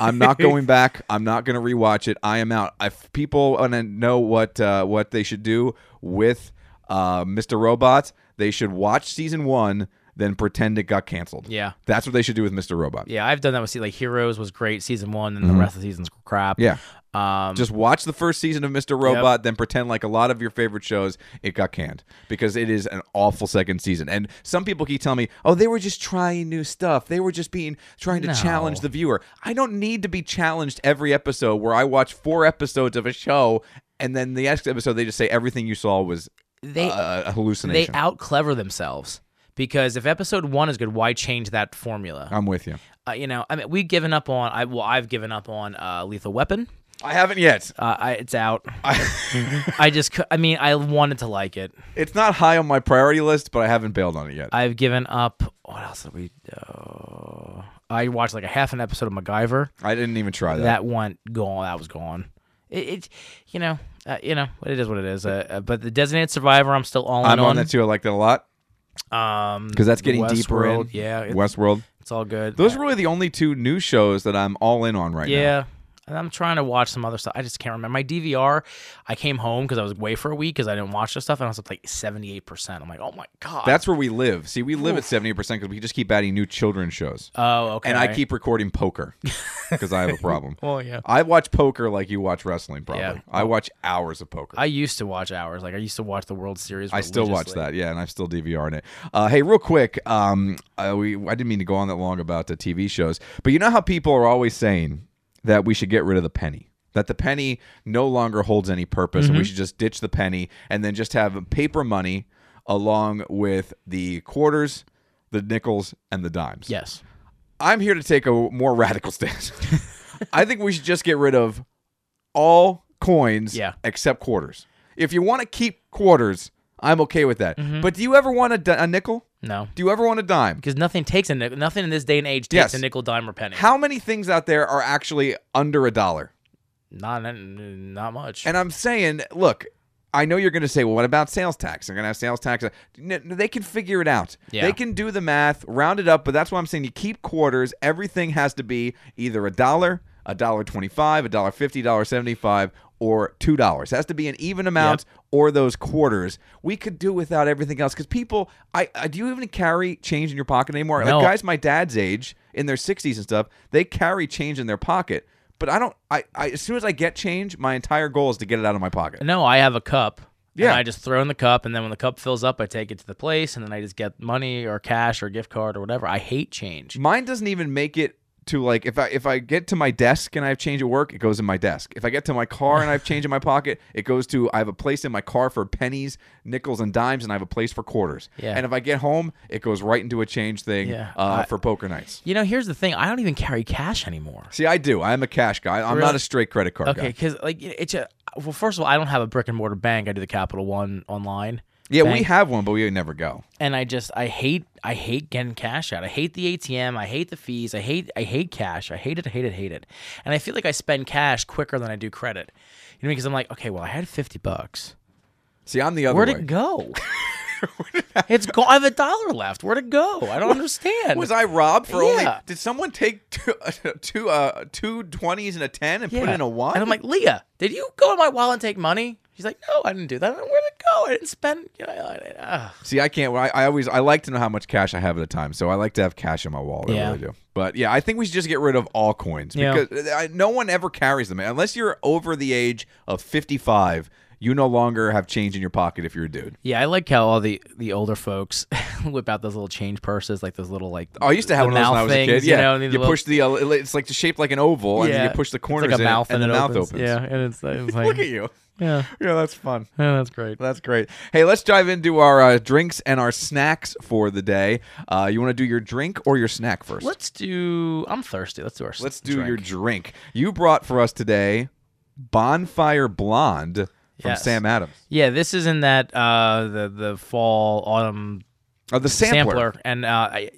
I'm not going back. I'm not going to rewatch it. I am out. If people want to know what uh, what they should do with uh, Mr. Robot, they should watch season one, then pretend it got canceled.
Yeah.
that's what they should do with Mr. Robot.
Yeah, I've done that with se- like Heroes was great season one, and the rest of the season's crap.
Mm-hmm. Yeah.
Um,
Just watch the first season of Mr. Robot, then pretend like a lot of your favorite shows, it got canned because it is an awful second season. And some people keep telling me, oh, they were just trying new stuff. They were just being trying to
No.
challenge the viewer. I don't need to be challenged every episode where I watch four episodes of a show and then the next episode they just say everything you saw was
they
uh, a
they
hallucination.
out clever themselves because if episode one is good, why change that formula?
I'm with you.
Uh, you know, I mean, we've given up on. I well, I've given up on uh, Lethal Weapon.
I haven't yet.
Uh, I, it's out. I just, cou- I mean, I wanted to like it.
It's not high on my priority list, but I haven't bailed on it yet.
I've given up. What else did we? Uh, I watched like a half an episode of MacGyver.
I didn't even try that.
that one gone. That was gone. It, it you know, uh, you know, it is what it is. Uh, uh, but the designated survivor, I'm still all in
I'm on
on.
that too. I liked it a lot
um,
because that's getting deeper in.
Westworld, Yeah, it-
Westworld.
it's all good.
Those are really the only two new shows that I'm all in on right now.
yeah. And I'm trying to watch some other stuff. I just can't remember. My DVR, I came home because I was away for a week because I didn't watch this stuff, and I was up like 78%. I'm like, oh my God.
That's where we live. See, we live at 70% because we just keep adding new children's shows.
Oh, okay.
and I keep recording poker because I have a problem.
Well, yeah.
I watch poker like you watch wrestling, probably.
Yeah.
I watch hours of poker.
I used to watch hours. Like, I used to watch the World Series.
I still watch
religiously.
that, yeah, and I'm still DVRing it. Uh, hey, real quick, um, uh, we I didn't mean to go on that long about the TV shows, but you know how people are always saying that we should get rid of the penny, that the penny no longer holds any purpose, and we should just ditch the penny and then just have paper money along with the quarters, the nickels, and the dimes.
Yes.
I'm here to take a more radical stance. I think we should just get rid of all coins
Yeah.
except quarters. If you want to keep quarters, I'm okay with that. But do you ever want a, di- a nickel?
No.
Do you ever want a dime?
Because nothing takes a nickel. Nothing in this day and age takes
Yes.
a nickel, dime, or penny.
How many things out there are actually under a dollar?
Not not much.
And I'm saying, look, I know you're going to say, well, what about sales tax? They're going to have sales tax. No, no, they can figure it out.
Yeah.
They can do the math, round it up. But that's why I'm saying you keep quarters. Everything has to be either a dollar, a dollar twenty-five, a dollar fifty, dollar seventy-five, or two dollars. Has to be an even amount or those quarters. We could do without everything else because people. I, I do you even carry change in your pocket anymore?
No.
Like guys my dad's age in their 60s and stuff, they carry change in their pocket. But I don't. I, I as soon as I get change, my entire goal is to get it out of my pocket.
no, I have a cup.
Yeah.
And I just throw in the cup, and then when the cup fills up, I take it to the place, and then I just get money or cash or gift card or whatever. I hate change.
Mine doesn't even make it to like if I if I get to my desk and I have change at work, it goes in my desk. If I get to my car and I have change in my pocket, it goes to I have a place in my car for pennies, nickels, and dimes, and I have a place for quarters.
Yeah.
And if I get home, it goes right into a change thing
Yeah.
uh,
I-
for poker nights.
You know, here's the thing: I don't even carry cash anymore.
See, I do. I'm a cash guy. I'm
Really?
not a straight credit card
Okay,
guy.
because like it- it's a well. First of all, I don't have a brick and mortar bank. I do the Capital One online,
Yeah, we
Bank-
have one, but we never go.
and I just I hate I hate getting cash out. I hate the ATM. I hate the fees. I hate I hate cash. I hate it. I hate it. Hate it. And I feel like I spend cash quicker than I do credit. You know, because I'm like, okay, well, I had fifty bucks.
See, I'm the other
Where'd
way.
it go? it's gone. I have a dollar left. Where'd it go? I don't understand.
Was I robbed for only?
Yeah.
Did someone take two, two, uh, two twenties and a ten and put
Yeah.
in a one?
And I'm like, Leah, did you go in my wallet and take money? She's like, no, I didn't do that. I'm like, Where'd it go? I didn't spend. You know, I- ugh.
See, I can't. I, I always I like to know how much cash I have at a time, so I like to have cash in my wallet. I
Yeah.
really do. But yeah, I think we should just get rid of all coins
Yeah.
because uh, I, no one ever carries them unless you're over the age of fifty-five. You no longer have change in your pocket if you're a dude.
Yeah, I like how all the the older folks whip out those little change purses, like those little like.
Oh, I used to have
the
one of those when I
mouth
was a
things,
kid. Yeah,
You,
you,
know, and the little-
push the uh, it's like shaped like an oval, and then you push the corners
it's like a
in
mouth
and,
and,
the
it
mouth opens.
Yeah, and it's, it's like
Look at you.
yeah,
Yeah, that's fun.
yeah, that's great.
That's great. Hey, let's dive into our uh, drinks and our snacks for the day. Uh, you want to do your drink or your snack first?
Let's do. I'm thirsty. Let's do our. s-
Let's do
drink.
your drink. You brought for us today Bonfire Blonde from
Yes.
Sam Adams.
Yeah, this is in that uh the the fall autumn
Oh, the sampler.
and uh, I,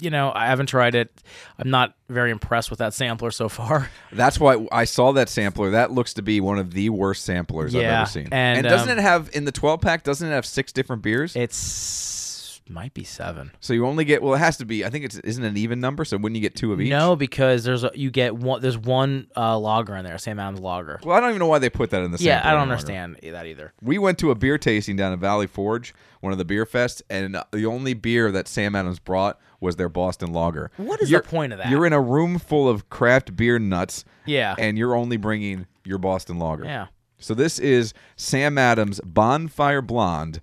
you know, I haven't tried it. I'm not very impressed with that sampler so far.
That's why I saw that sampler. That looks to be one of the worst samplers I've
Yeah,
ever seen.
and,
doesn't
um,
it have in the 12 pack doesn't it have six different beers?
It's might be seven.
so you only get well it has to be I think it's isn't it an even number so wouldn't you get two of each?
No, because there's a, you get one. There's one uh, lager in there, Sam Adams lager.
Well, I don't even know why they put that in the
yeah,
sampler
I don't
any longer.
understand that either.
We went to a beer tasting down at Valley Forge, one of the beer fests, and the only beer that Sam Adams brought was their Boston Lager.
What is the point of that?
You're in a room full of craft beer nuts,
Yeah.
and you're only bringing your Boston Lager.
Yeah.
So this is Sam Adams Bonfire Blonde.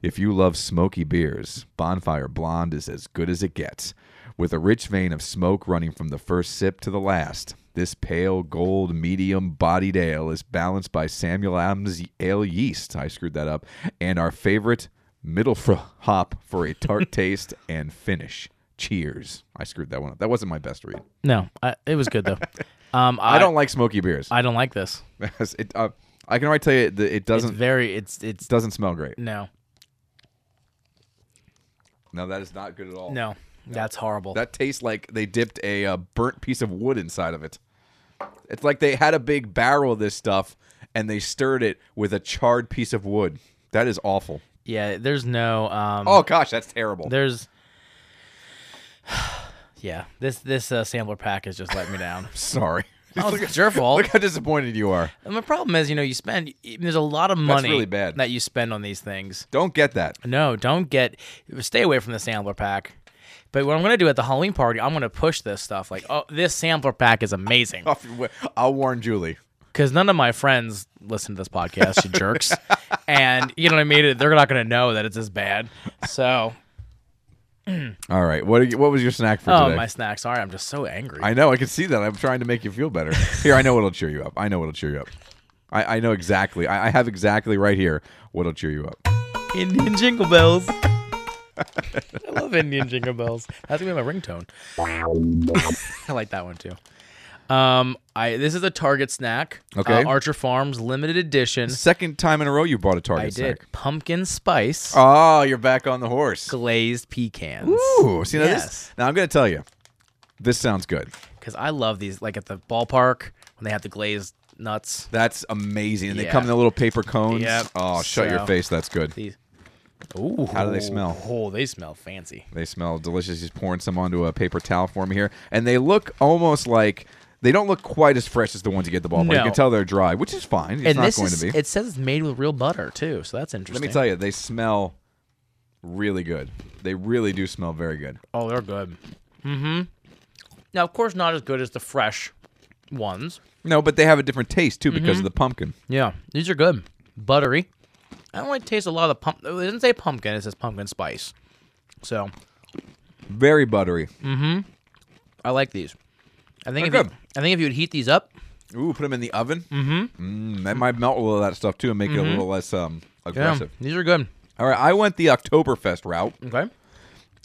If you love smoky beers, Bonfire Blonde is as good as it gets. With a rich vein of smoke running from the first sip to the last, this pale gold medium bodied ale is balanced by Samuel Adams ale yeast. I screwed that up. And our favorite middle fr- hop for a tart taste and finish. Cheers. I screwed that one up. That wasn't my best read.
No, I, it was good though. um, I,
I, don't like smoky beers. I,
I don't like this.
it, uh, I can already tell you that it
It's
doesn't
very. It's it's
doesn't smell great.
no
No, that is not good at all.
no. That's horrible.
That tastes like they dipped a uh, burnt piece of wood inside of it. It's like they had a big barrel of this stuff and they stirred it with a charred piece of wood. That is awful.
yeah. There's no. Um,
Oh gosh, that's terrible.
There's. Yeah, this this uh, sampler pack has just let me down.
Sorry.
Oh,
look,
it's your fault.
look how disappointed you are.
And my problem is, you know, you spend there's a lot of money
really bad.
that you spend on these things.
Don't get that.
No, don't get stay away from the sampler pack. But what I'm gonna do at the Halloween party, I'm gonna push this stuff. Like, oh, this sampler pack is amazing
Off your way. I'll warn Julie.
because none of my friends listen to this podcast, you jerks. And you know what I mean? They're not gonna know that it's this bad. So,
All right. What are you, what was your snack for
oh,
today?
my snack. Sorry, I'm just so angry.
I know. I can see that. I'm trying to make you feel better. Here, I know what'll cheer you up. I know what'll cheer you up. I, I know exactly. I, I have exactly right here what'll cheer you up.
Indian jingle bells. I love Indian jingle bells. That's gonna be my ringtone. I like that one too. Um, I this is a Target snack.
Okay.
Uh, Archer Farms limited edition.
Second time in a row you bought a Target
I did
snack.
pumpkin spice
Oh, you're back on the horse.
glazed pecans.
Ooh, see now this.
Yes.
Now I'm gonna tell you, this sounds good.
Because I love these. Like at the ballpark when they have the glazed nuts.
That's amazing. And they
Yeah.
come in the little paper cones.
Yep.
Oh, shut your
So-
face. That's good.
These. Ooh.
How do they smell?
Oh, they smell fancy.
They smell delicious. He's pouring some onto a paper towel for me here, and they look almost like they don't look quite as fresh as the ones you get at the ballpark. You
No.
can tell they're dry, which is fine. It's
and
not
this
going
is,
to be.
it says it's made with real butter too, so that's
Let
interesting.
me tell you, they smell really good. They really do smell very good.
Oh, they're good. Mm-hmm. Now, of course, not as good as the fresh ones.
No, but they have a different taste too because
Mm-hmm.
of the pumpkin.
Yeah, these are good. Buttery. I don't like taste a lot of the pump. It doesn't say pumpkin. It says pumpkin spice. So
Very buttery.
I like these. I think
They're
if
good.
You, I think if you would heat these up,
Ooh, put them in the oven. Mm-hmm. Mm, that might melt a little of that stuff too and make it a little less um,
Mm-hmm. yeah,
aggressive.
these are good.
All right, I went the Oktoberfest route,
Okay.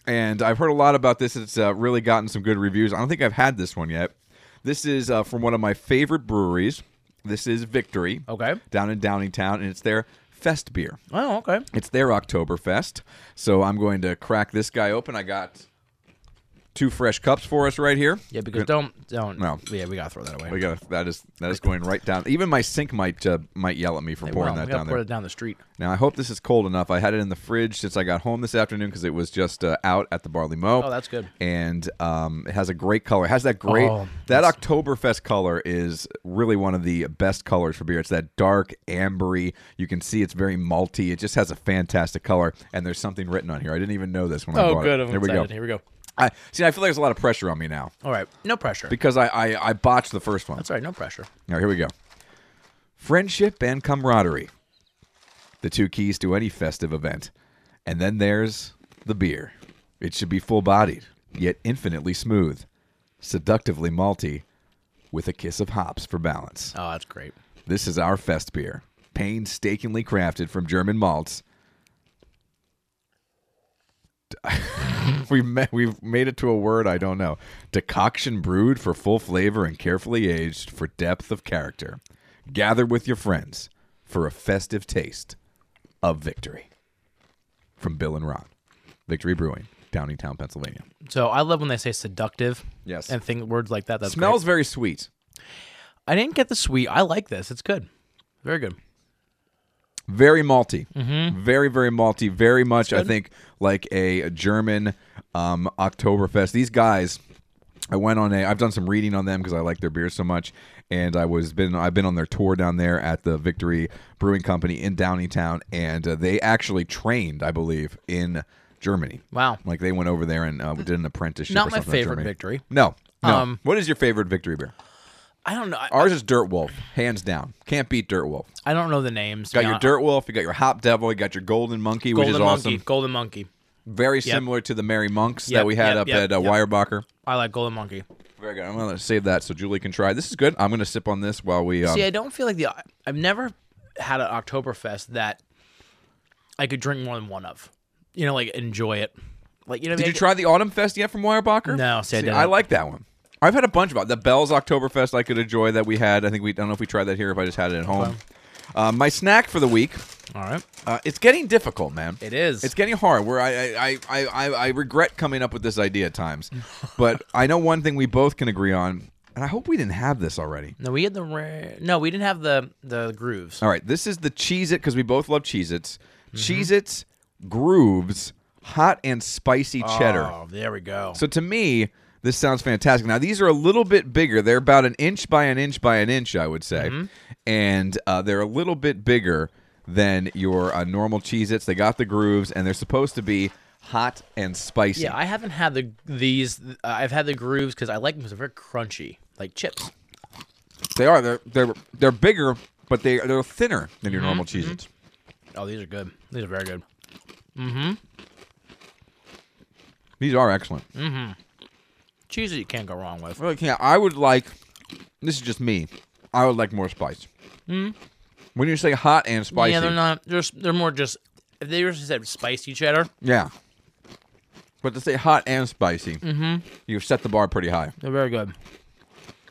and I've heard a lot about this. It's uh, really gotten some good reviews. I don't think I've had this one yet. This is uh, from one of my favorite breweries. This is Victory.
Okay.
Down in Downingtown, and it's their Fest beer.
Oh, okay.
It's their Oktoberfest. So I'm going to crack this guy open. I got two fresh cups for us right here.
Yeah, because don't don't.
No.
Yeah, we gotta throw that away.
We got that is that is going right down. Even my sink might uh, might yell at me for
Hey,
pouring
well,
that
we gotta
down
pour
there.
it down the street.
Now I hope this is cold enough. I had it in the fridge since I got home this afternoon because it was just uh, out at the Barley Mow.
Oh, that's good.
And um, it has a great color. It has that great
Oh,
that Oktoberfest color is really one of the best colors for beer. It's that dark ambery. You can see it's very malty. It just has a fantastic color. And there's something written on here. I didn't even know this when I
Oh,
bought
good.
it.
I'm
Here we go.
excited. Here we go.
I, see, I feel like there's a lot of pressure on me now
All right. No pressure.
because I I, I botched the first one.
That's all right. No pressure.
Now, here we go. Friendship and camaraderie. The two keys to any festive event. And then there's the beer. It should be full bodied, yet infinitely smooth, seductively malty, with a kiss of hops for balance.
Oh, that's great.
This is our fest beer, painstakingly crafted from German malts. we've ma- we've made it to a word I don't know. Decoction brewed for full flavor and carefully aged for depth of character. Gather with your friends for a festive taste of victory. From Bill and Ron, Victory Brewing, Downingtown, Pennsylvania.
So I love when they say seductive.
Yes.
And thing words like that. That's
Smells
great.
very sweet.
I didn't get the sweet. I like this. It's good. Very good.
very malty
Mm-hmm.
very very malty very much i think like a, a german um oktoberfest these guys i went on a i've done some reading on them because i like their beer so much and i was been i've been on their tour down there at the victory brewing company in downingtown and uh, they actually trained i believe in germany
Wow.
like they went over there and uh, did an apprenticeship
Not
or
my
something in
favorite
Germany.
Victory.
no no
Um,
what is your favorite victory beer
I don't know. I,
ours is dirt wolf hands down can't beat dirt wolf
I don't know the names.
Got
No,
your Dirt Wolf, you got your Hop Devil, you got your Golden Monkey,
Golden
which is
Monkey.
awesome.
Golden Monkey.
Very similar to the Merry Monks that
Yep,
we had
yep,
up
yep,
at uh,
yep.
Weyerbacher.
I like Golden Monkey.
Very good. I'm going to save that so Julie can try. This is good. I'm going to sip on this while we. Um,
See, I don't feel like the. I've never had an Oktoberfest that I could drink more than one of. You know, like enjoy it. Like you know, what I
did
mean?
you try the Autumn Fest yet from Weyerbacher?
No, see, I didn't.
like that one. I've had a bunch of them. The Bell's Oktoberfest I could enjoy that we had. I think we. I don't know if we tried that here. If I just had it at home. Uh, my snack for the week.
All right,
Uh, it's getting difficult, man.
it is.
It's getting hard. Where I I, I, I, I I regret coming up with this idea at times, but I know one thing we both can agree on, and I hope we didn't have this already.
no, we had the rare. No, we didn't have the the grooves.
All right, this is the Cheez It because we both love Cheez Its. Cheez Its grooves hot and spicy cheddar.
Oh, there we go.
So to me, this sounds fantastic. Now these are a little bit bigger. They're about an inch by an inch by an inch, I would say, and uh, they're a little bit bigger than your uh, normal Cheez-Its. They got the grooves, and they're supposed to be hot and spicy.
yeah, I haven't had the these. Uh, I've had the grooves because I like them because they're very crunchy, like chips.
They are. They're they're they're bigger, but they they're thinner than
Mm-hmm.
your normal Cheez-Its.
Oh, these are good. These are very good.
These are excellent.
Mm-hmm. Cheese that you can't go wrong with.
Really can't. I would like. This is just me. I would like more spice. When you say hot and spicy,
Mm-hmm. Yeah, they're not. They're s- they're more just. If they just said spicy cheddar,
Yeah. But to say hot and spicy,
Mm-hmm.
you've set the bar pretty high.
they're very good.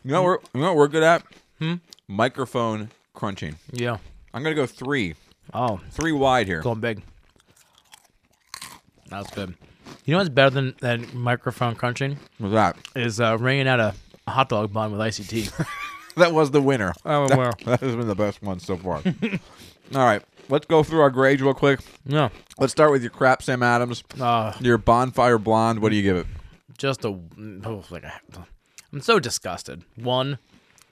You know, what we're, you know what we're good at?
Hmm?
Microphone crunching.
Yeah.
I'm going to go three.
Oh,
Three wide here.
Going big. That's good. You know what's better than, than microphone crunching
With that.
is uh, wringing out a hot dog bun with icy tea.
That was the winner.
Oh,
that,
wow.
that has been the best one so far. All right. Let's go through our grades real quick.
no,
Let's start with your crap, Sam Adams.
uh,
Your bonfire blonde. What do you give it?
just a oh, like a, I'm so disgusted. One,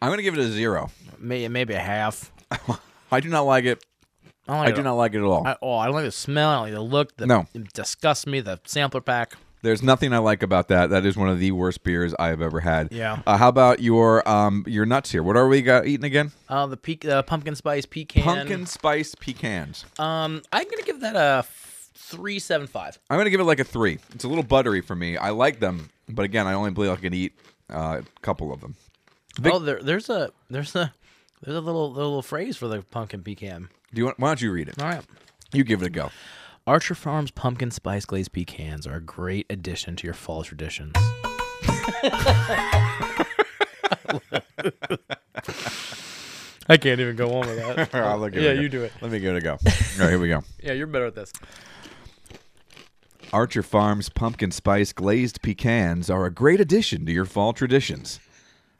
I'm going to give it a zero.
may, maybe a half.
I do not like it.
don't like
I do
it.
not like it at all.
I, oh, I don't like the smell. I don't like the look. The,
No.
it disgusts me. The sampler pack.
There's nothing I like about that. That is one of the worst beers I have ever had.
Yeah.
Uh, how about your um your nuts here? What are we got eating again?
Uh, the pe- uh, pumpkin spice pecan.
Pumpkin spice pecans.
Um, I'm gonna give that a f- three seven five.
I'm gonna give it like a three. It's a little buttery for me. I like them, but again, I only believe I can eat uh, a couple of them.
oh, there, there's a there's a there's a little little phrase for the pumpkin pecan.
Do you want? Why don't you read it?
All right.
You give it a go.
Archer Farms pumpkin spice glazed pecans are a great addition to your fall traditions. I can't even go on with that.
I'll look, here
yeah,
we go.
you do it.
Let me give it a go. All right, here we go.
Yeah, you're better at this.
Archer Farms pumpkin spice glazed pecans are a great addition to your fall traditions.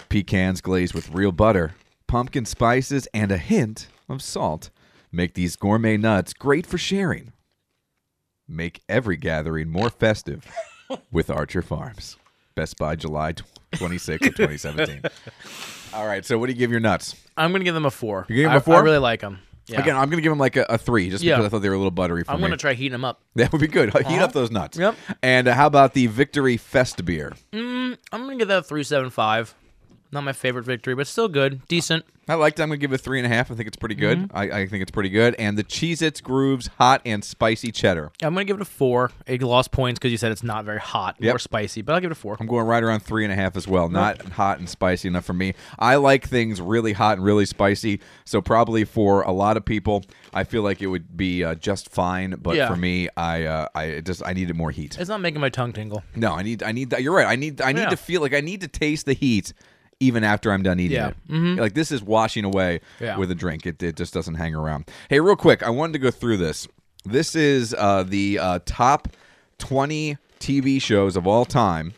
Pecans glazed with real butter, pumpkin spices, and a hint of salt make these gourmet nuts great for sharing. Make every gathering more festive with Archer Farms. Best by July tw- 26 of 2017. All right, so what do you give your nuts?
I'm gonna give them a four.
You're giving them
I-
a four?
I really like them. Yeah.
Again, I'm going to give them like a, a three just
Yeah.
because I thought they were a little buttery for
I'm
me.
gonna try heating them up.
That would be good. Heat up those nuts.
Uh-huh. Yep.
And uh, how about the Victory Fest beer?
I'm gonna give that a three seven five. Not my favorite victory, but still good, decent.
I liked it. I'm going to give it a three and a half. I think it's pretty good.
Mm-hmm.
I, I think it's pretty good. And the Cheez Its Grooves Hot and Spicy Cheddar.
I'm gonna give it a four. It lost points because you said it's not very hot
Yep.
or spicy, but I'll give it a four.
I'm going right around three and a half as well. Not hot and spicy enough for me. I like things really hot and really spicy. So, probably for a lot of people, I feel like it would be uh, just fine. But
Yeah.
for me, I uh, I just I needed more heat.
It's not making my tongue tingle.
No, I need I need that. You're right. I need I need
Yeah.
to feel like I need to taste the heat even after I'm done eating
Yeah. Mm-hmm.
it. Like this is washing away
Yeah.
with a drink. It it just doesn't hang around. Hey, real quick, I wanted to go through this. This is uh, the uh, top 20 TV shows of all time.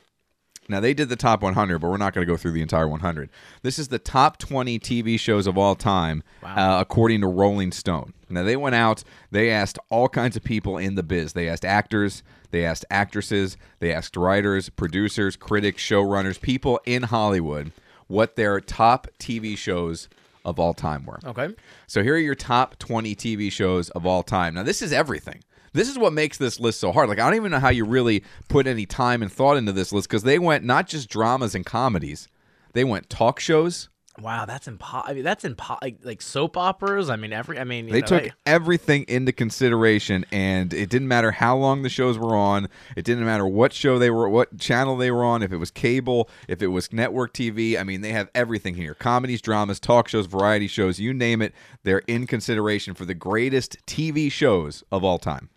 Now they did the top 100, but we're not going to go through the entire 100. This is the top 20 TV shows of all time, uh, according to Rolling Stone. Now they went out, they asked all kinds of people in the biz. They asked actors, they asked actresses, they asked writers, producers, critics, showrunners, people in Hollywood, what their top TV shows of all time were.
Okay.
So here are your top 20 TV shows of all time. Now this is everything. This is what makes this list so hard. Like I don't even know how you really put any time and thought into this list because they went not just dramas and comedies, they went talk shows.
Wow, that's impossible. I mean, that's impo- like, like soap operas. I mean, every. I mean, you
They
know,
took everything into consideration, and it didn't matter how long the shows were on. It didn't matter what show they were, what channel they were on, if it was cable, if it was network TV. I mean, they have everything here: comedies, dramas, talk shows, variety shows, you name it. They're in consideration for the greatest TV shows of all time.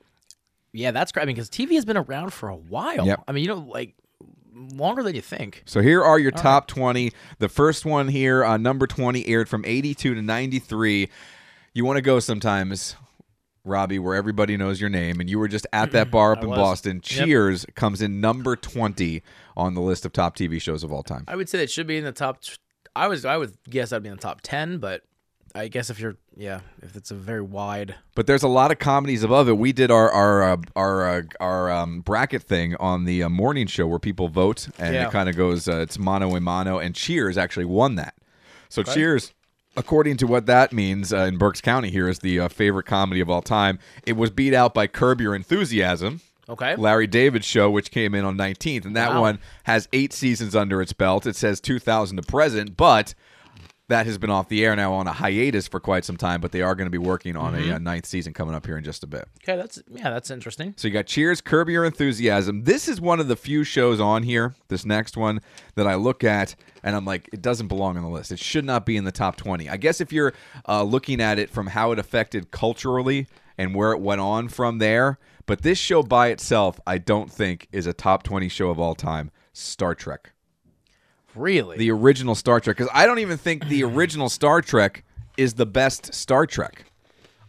yeah, that's great. I mean, because TV has been around for a while.
Yep.
I mean, you know, like longer than you think.
So here are your top 20. The first one here, uh, number 20, aired from 82 to 93. You want to go sometimes, Robbie, where everybody knows your name, and you were just at that bar up in
was.
Boston. Cheers comes in number 20 on the list of top TV shows of all time.
I would say it should be in the top. T- I was. I would guess I'd be in the top ten, but I guess if you're, yeah, if it's a very wide.
But there's a lot of comedies above it. We did our our uh, our uh, our um, bracket thing on the uh, morning show where people vote, and
Yeah.
it kind of goes uh, it's mano a mano, and Cheers actually won that. So Cheers, according to what that means uh, in Berks County here, is the uh, favorite comedy of all time. It was beat out by Curb Your Enthusiasm.
Okay.
Larry David's show, which came in on 19th, and that
Wow.
one has eight seasons under its belt. It says 2000 to present, but that has been off the air now on a hiatus for quite some time. But they are going to be working on
Mm-hmm.
a, uh ninth season coming up here in just a bit.
Okay, that's yeah, that's interesting.
So you got Cheers, Curb Your Enthusiasm. This is one of the few shows on here, this next one, that I look at and I'm like, it doesn't belong on the list. It should not be in the top 20. I guess if you're uh, looking at it from how it affected culturally and where it went on from there, but this show by itself, I don't think is a top 20 show of all time. Star Trek.
Really.
The original Star Trek. Because I don't even think the original Star Trek is the best Star Trek.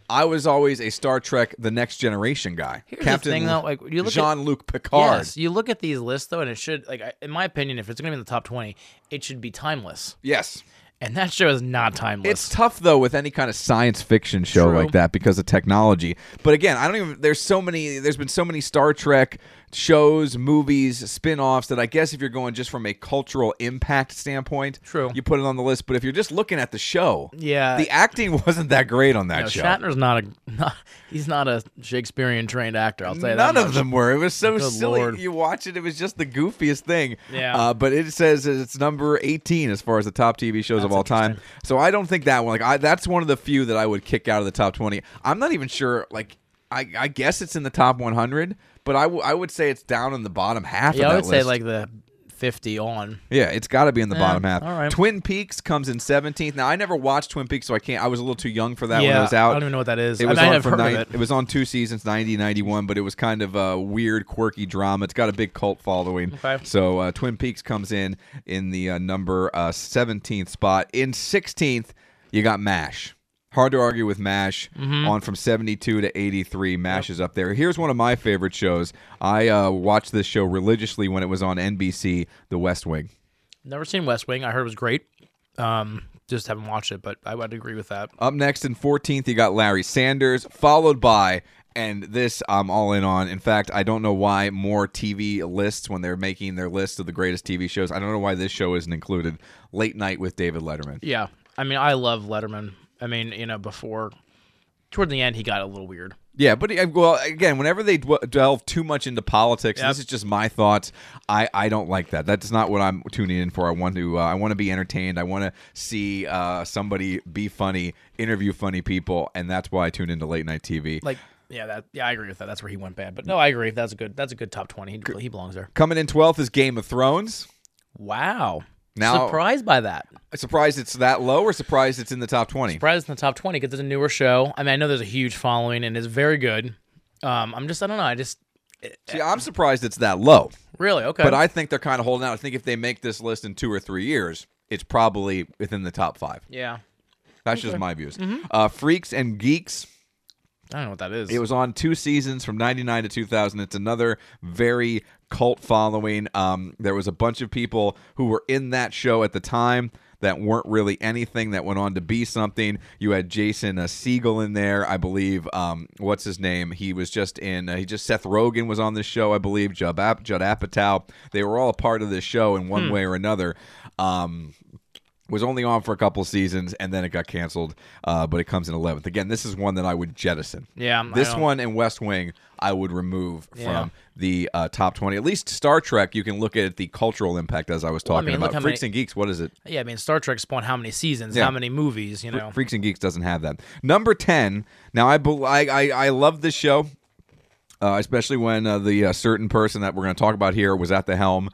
I was always a Star Trek The Next Generation guy.
Here's the thing, though, like, you look at-
Jean-Luc Picard.
Yes, you look at these lists though, and it should like, I- in my opinion, if it's gonna be in the top twenty, it should be timeless.
Yes.
And that show is not timeless.
It's tough though with any kind of science fiction show
True.
like that because of technology. But again, I don't even there's so many there's been so many Star Trek shows, movies, spin-offs that I guess if you're going just from a cultural impact standpoint,
True.
you put it on the list, but if you're just looking at the show,
Yeah.
The acting wasn't that great on that
No,
show.
Shatner's not a not, he's not a Shakespearean trained actor. I'll say that.
None of
much.
them were. It was so
Good
silly.
Lord.
You watch it, it was just the goofiest thing.
Yeah.
Uh, but it says that it's number 18 as far as the top TV shows of all time. So I don't think that one, like, I, that's one of the few that I would kick out of the top 20. I'm not even sure, like, I, I guess it's in the top 100, but I, w- I would say it's down in the bottom half
Yeah,
of
I
that
would say
list.
like the fifty on.
Yeah, it's got to be in the bottom half.
all right.
Twin Peaks comes in 17th. Now I never watched Twin Peaks, so I can't. I was a little too young for that when
Yeah,
it was out.
I don't even know what that is.
It
I
was
mean, I
on
have
from
heard of
nine-
it.
was on two seasons, 90, 91, but it was kind of a weird, quirky drama. It's got a big cult following.
Okay.
So uh, Twin Peaks comes in in the uh, number uh, 17th spot. In 16th You got MASH. Hard to argue with MASH.
Mm-hmm.
On from 72 to 83, MASH is up there. Here's one of my favorite shows. I uh, watched this show religiously when it was on NBC, The West Wing.
Never seen West Wing. I heard it was great. Um, just haven't watched it, but I would agree with that.
Up next in 14th, you got Larry Sanders, followed by, and this I'm all in on. In fact, I don't know why more TV lists, when they're making their list of the greatest TV shows, I don't know why this show isn't included. Late Night with David Letterman.
Yeah. I mean, I love Letterman. I mean, you know, before toward the end, he got a little weird.
Yeah, but uh, well, again, whenever they dwe- delve too much into politics, and this is just my thoughts. I, I don't like that. That's not what I'm tuning in for. I want to uh, I want to be entertained. I want to see uh, somebody be funny, interview funny people, and that's why I tune into late night TV.
Like, yeah, that yeah, I agree with that. That's where he went bad. But no, I agree. That's a good. That's a good top twenty. He, he belongs there.
Coming in twelfth is Game of Thrones.
Wow.
Now-
surprised by that.
Surprised it's that low, or surprised it's in the top twenty.
Surprised in the top twenty because it's a newer show. I mean, I know there's a huge following and it's very good. Um, I'm just I don't know. I just
See, I'm surprised it's that low,
really okay.
but I think they're kind of holding out. I think if they make this list in two or three years, it's probably within the top five.
yeah,
That's just my views. Uh, Freaks and Geeks.
I don't know what that is.
It was on two seasons from 99 to 2000. It's another very cult following. Um, there was a bunch of people who were in that show at the time that weren't really anything that went on to be something. You had Jason uh, Siegel in there, I believe. Um, what's his name? He was just in, uh, he just, Seth Rogen was on this show, I believe. Judd, Ap- Judd Apatow. They were all a part of this show in one way or another. Um, was only on for a couple seasons and then it got canceled, uh, but it comes in 11th. Again, this is one that I would jettison.
Yeah, Mm, I
This
don't-
one and West Wing I would remove
Yeah.
from the uh, top 20. At least Star Trek, you can look at the cultural impact as I was talking
mean, look
about.
how
Freaks
many-
and Geeks, what is it?
yeah, I mean, Star Trek spawned how many seasons?
Yeah.
How many movies? You know,
Freaks and Geeks doesn't have that. Number 10. Now, I, bel I, I, I love this show, uh, especially when uh, the uh, certain person that we're going to talk about here was at the helm.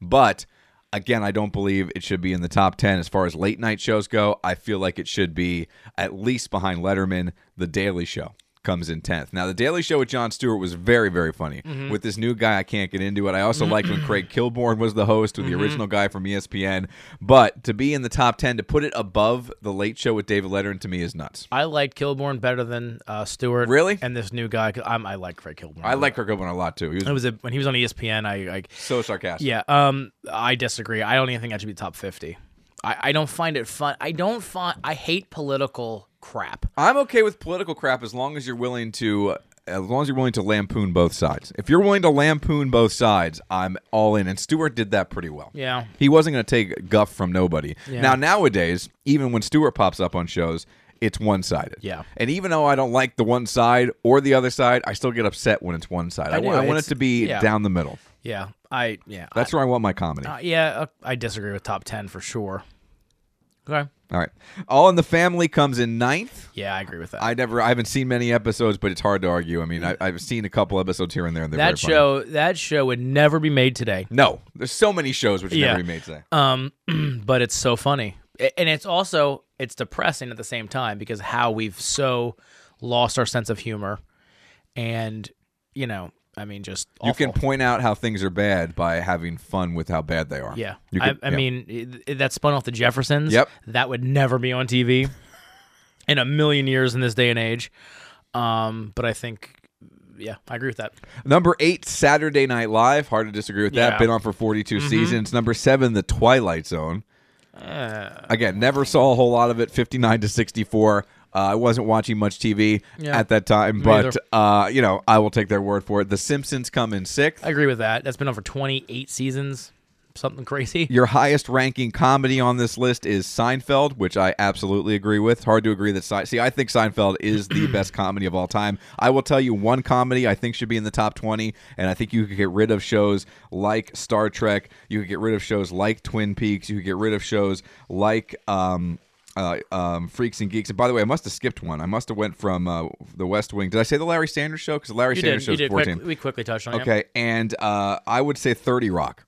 But again, I don't believe it should be in the top 10 as far as late night shows go. I feel like it should be at least behind Letterman, The Daily Show. Comes in 10th. Now, The Daily Show with Jon Stewart was very, very funny. With this new guy, I can't get into it. I also liked when Craig Kilborn was the host with the original guy from E ESPN. But to be in the top 10, to put it above The Late Show with David Letterman to me is nuts.
I liked Kilborn better than uh, Stewart.
Really?
And this new guy, 'cause I'm, I like Craig Kilborn.
I like Craig Kilborn a lot too. He was,
It was a, when he was on E ESPN. I, I
so sarcastic.
yeah. Um, I disagree. I don't even think that should be top fifty. I, I don't find it fun. I don't find. I hate political crap.
I'm okay with political crap as long as you're willing to as long as you're willing to lampoon both sides. If you're willing to lampoon both sides, I'm all in. And Stewart did that pretty well.
Yeah.
He wasn't going to take guff from nobody. Now nowadays, even when Stewart pops up on shows, it's one-sided.
Yeah.
And even though I don't like the one side or the other side, I still get upset when it's one side. I, wa-
do.
I want
It's-
it to be
yeah.
down the middle.
Yeah. I yeah.
That's where I want my comedy.
Uh, yeah, uh, I disagree with top ten for sure. Okay.
all right. All in the Family comes in ninth.
Yeah, I agree with that.
I never, I haven't seen many episodes, but it's hard to argue. I mean, I, I've seen a couple episodes here and there. And they're very
that
funny.
show, that show would never be made today.
No, there's so many shows which
Yeah.
never be made today.
Um, but it's so funny, A- and it's also it's depressing at the same time because how we've so lost our sense of humor, and you know, I mean, just
you can
awful.
point out how things are bad by having fun with how bad they are.
Yeah,
You can-
I, I
yeah.
mean i- that spun off the Jeffersons.
Yep.
that would never be on TV in a million years in this day and age. Um, but I think, yeah, I agree with that.
number eight, Saturday Night Live. Hard to disagree with that.
Yeah. Mm-hmm.
Been on for 42 seasons. Number seven, The Twilight Zone.
Uh.
Again, never saw a whole lot of it. 59 to 64. Uh, I wasn't watching much TV
Yeah.
at that time, but
either.
uh, you know, I will take their word for it. The Simpsons come in sixth.
I agree with that. That's been on for 28 seasons, something crazy.
Your highest ranking comedy on this list is Seinfeld, which I absolutely agree with. It's hard to agree that Sein- see, I think Seinfeld is the best comedy of all time. I will tell you one comedy I think should be in the top twenty, and I think you could get rid of shows like Star Trek, you could get rid of shows like Twin Peaks, you could get rid of shows like um, uh, um, Freaks and Geeks. And by the way, I must have skipped one. I must have went from uh, The West Wing. Did I say the Larry Sanders Show? Because Larry
You
Sanders
did.
Show
You
is
did.
fourteen.
Quick, we quickly touched on it.
Okay, and uh, I would say Thirty Rock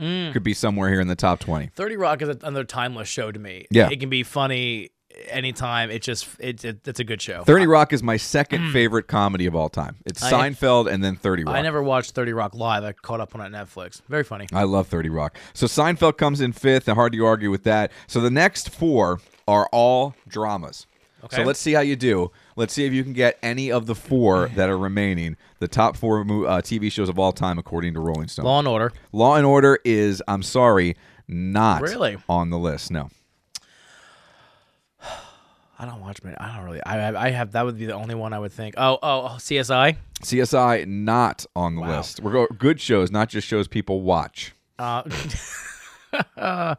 Mm.
could be somewhere here in the top twenty.
30 Rock is another timeless show to me.
Yeah.
It can be funny. anytime. It just it, it it's a good show.
30 Rock is my second favorite comedy of all time. It's Seinfeld and then 30 Rock.
Mm.
Uh-huh.
I never watched Thirty Rock live. I caught up on it on Netflix. Very funny.
I love 30 Rock. So Seinfeld comes in fifth, and hard to argue with that. So the next four are all dramas. So
Okay.
let's see how you do. Let's see if you can get any of the
Mm.
four that are remaining. The top four mo- uh, TV shows of all time, according to Rolling Stone.
Law and Order.
Law and Order is, I'm sorry, not
Really?
on the list. No.
I don't watch. many- I don't really. I I- I have that would be the only one I would think. Oh oh, oh CSI.
CSI not on the list. We're go- good shows, not just shows people watch.
Uh, no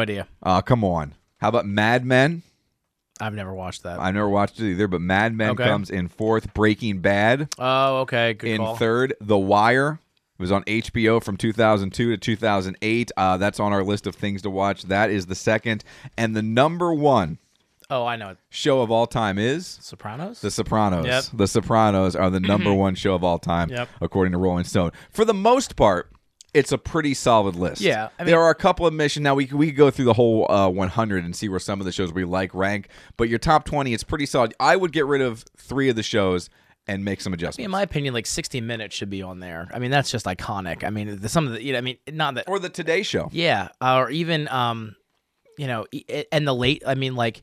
idea.
Uh, come on. How about Mad Men?
I've never watched that.
I've never watched it either, but Mad Men
Okay.
comes in fourth. Breaking Bad
oh okay. Good
in
call.
third. The Wire it was on HBO from 2002 to 2008. Uh, that's on our list of things to watch. That is the second. And the number one
oh, I know it.
show of all time is
Sopranos.
The Sopranos.
Yep.
The Sopranos are the number one show of all time,
Yep.
according to Rolling Stone. For the most part, it's a pretty solid list.
Yeah, I mean-
there are a couple of missions. Now we we could go through the whole uh, 100 and see where some of the shows we like rank. But your top 20, it's pretty solid. I would get rid of three of the shows and make some
I mean,
adjustments.
in my opinion, like 60 Minutes should be on there. I mean, that's just iconic. I mean, the, some of the, you know, I mean, not that,
or the Today Show.
yeah, or even, um, you know, e- e- and the late, I mean, like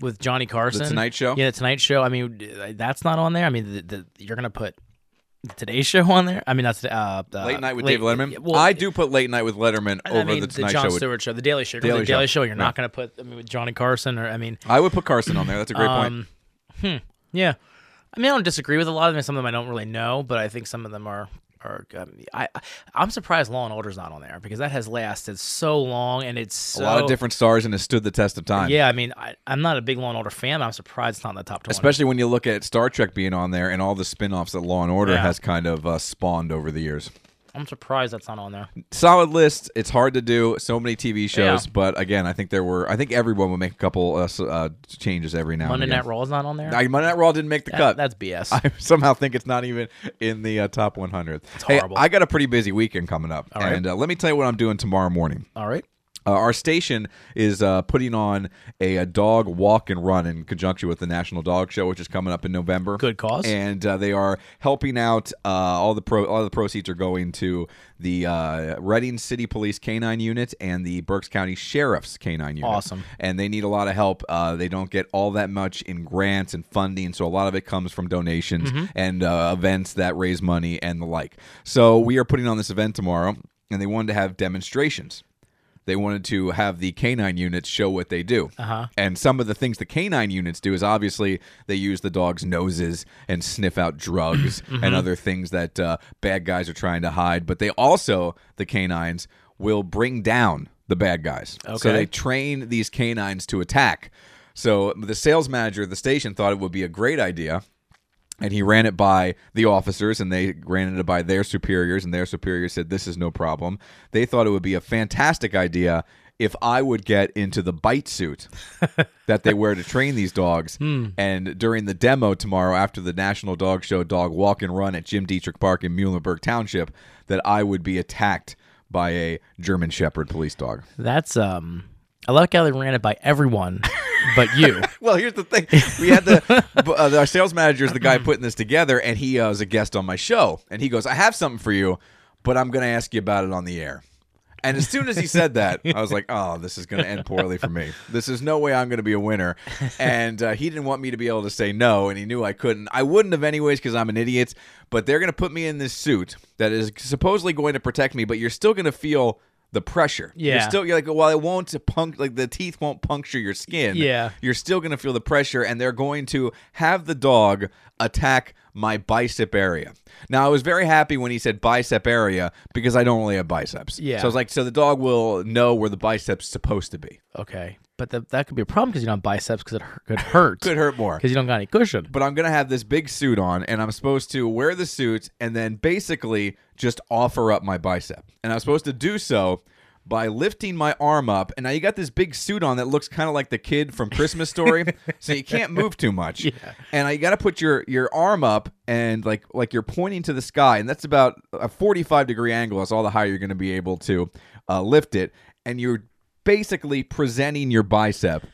with Johnny Carson,
Tonight Show?
yeah, the Tonight Show. I mean, d- uh, that's not on there. I mean, the, the, you're gonna put the Today Show on there. I mean, that's uh, the,
Late Night with
late-
David Letterman.
Well,
I do put Late Night with Letterman
I
over
mean,
the
the,
Tonight
John
Show.
Stewart show, the Daily Show,
Daily
the Daily
Show.
Show. You're not gonna put I mean, with Johnny Carson or I mean,
I would put Carson on there. That's a great
Um,
point.
Yeah, I mean, I don't disagree with a lot of them. Some of them I don't really know, but I think some of them are are. Um, I I- I'm surprised Law and Order's not on there because that has lasted so long and it's
A
so,
lot of different stars and has stood the test of time.
Yeah, I mean, I, I'm not a big Law and Order fan. But I'm surprised it's not in the top 20.
Especially when you look at Star Trek being on there and all the spin offs that Law and Order
Yeah.
has kind of uh, spawned over the years.
I'm surprised that's not on there.
Solid list. It's hard to do. So many TV shows.
Yeah.
But again, I think there were, I think everyone would make a couple uh, s- uh, changes every now
Monday
and again.
Night Raw is not on there.
Now, Monday Night Raw didn't make the
That-
cut.
that's BS.
I somehow think it's not even in the uh, top 100. It's
horrible.
I got a pretty busy weekend coming up.
right.
And uh, let me tell you what I'm doing tomorrow morning.
All right.
Uh, our station is uh, putting on a, a dog walk and run in conjunction with the National Dog Show, which is coming up in November.
Good cause.
and uh, they are helping out. Uh, all the pro, all the proceeds are going to the uh, Reading City Police Canine Unit and the Berks County Sheriff's Canine Unit.
Awesome.
And they need a lot of help. Uh, they don't get all that much in grants and funding, so a lot of it comes from donations
Mm-hmm.
and uh, events that raise money and the like. So we are putting on this event tomorrow, and they wanted to have demonstrations. They wanted to have the canine units show what they do. Uh-huh. And some of the things the canine units do is obviously they use the dog's noses and sniff out drugs and other things that uh, bad guys are trying to hide. But they also, the canines, will bring down the bad guys. So
Okay.
they train these canines to attack. So the sales manager of the station thought it would be a great idea and he ran it by the officers and they ran it by their superiors and their superiors said this is no problem they thought it would be a fantastic idea if i would get into the bite suit that they wear to train these dogs and during the demo tomorrow after the national dog show dog walk and run at jim dietrich park in muhlenberg township that i would be attacked by a german shepherd police dog
That's um. I like how they ran it by everyone, but you.
Well, here's the thing: we had the b- uh, our sales manager is the guy putting this together, and he uh, was a guest on my show, and he goes, "I have something for you, but I'm going to ask you about it on the air." And as soon as he said that, I was like, "Oh, this is going to end poorly for me. This is no way I'm going to be a winner." And uh, he didn't want me to be able to say no, and he knew I couldn't. I wouldn't have anyways because I'm an idiot. But they're going to put me in this suit that is supposedly going to protect me, but you're still going to feel the pressure. You're
Yeah.
still you're like, well, it won't punk like the teeth won't puncture your skin
Yeah.
you're still going to feel the pressure and they're going to have the dog attack my bicep area. Now, I was very happy when he said bicep area because I don't really have biceps.
Yeah.
So I was like, so the dog will know where the bicep's supposed to be.
Okay, but the, that could be a problem because you don't have biceps because it hu- could hurt.
Could hurt more.
because you don't got any cushion.
But I'm going to have this big suit on and I'm supposed to wear the suit and then basically just offer up my bicep. And I'm supposed to do so by lifting my arm up. And now you got this big suit on that looks kind of like the kid from Christmas Story. so you can't move too much. And I got to put your your arm up and like like you're pointing to the sky and that's about a 45 degree angle. That's all the higher you're going to be able to uh, lift it and you're basically presenting your bicep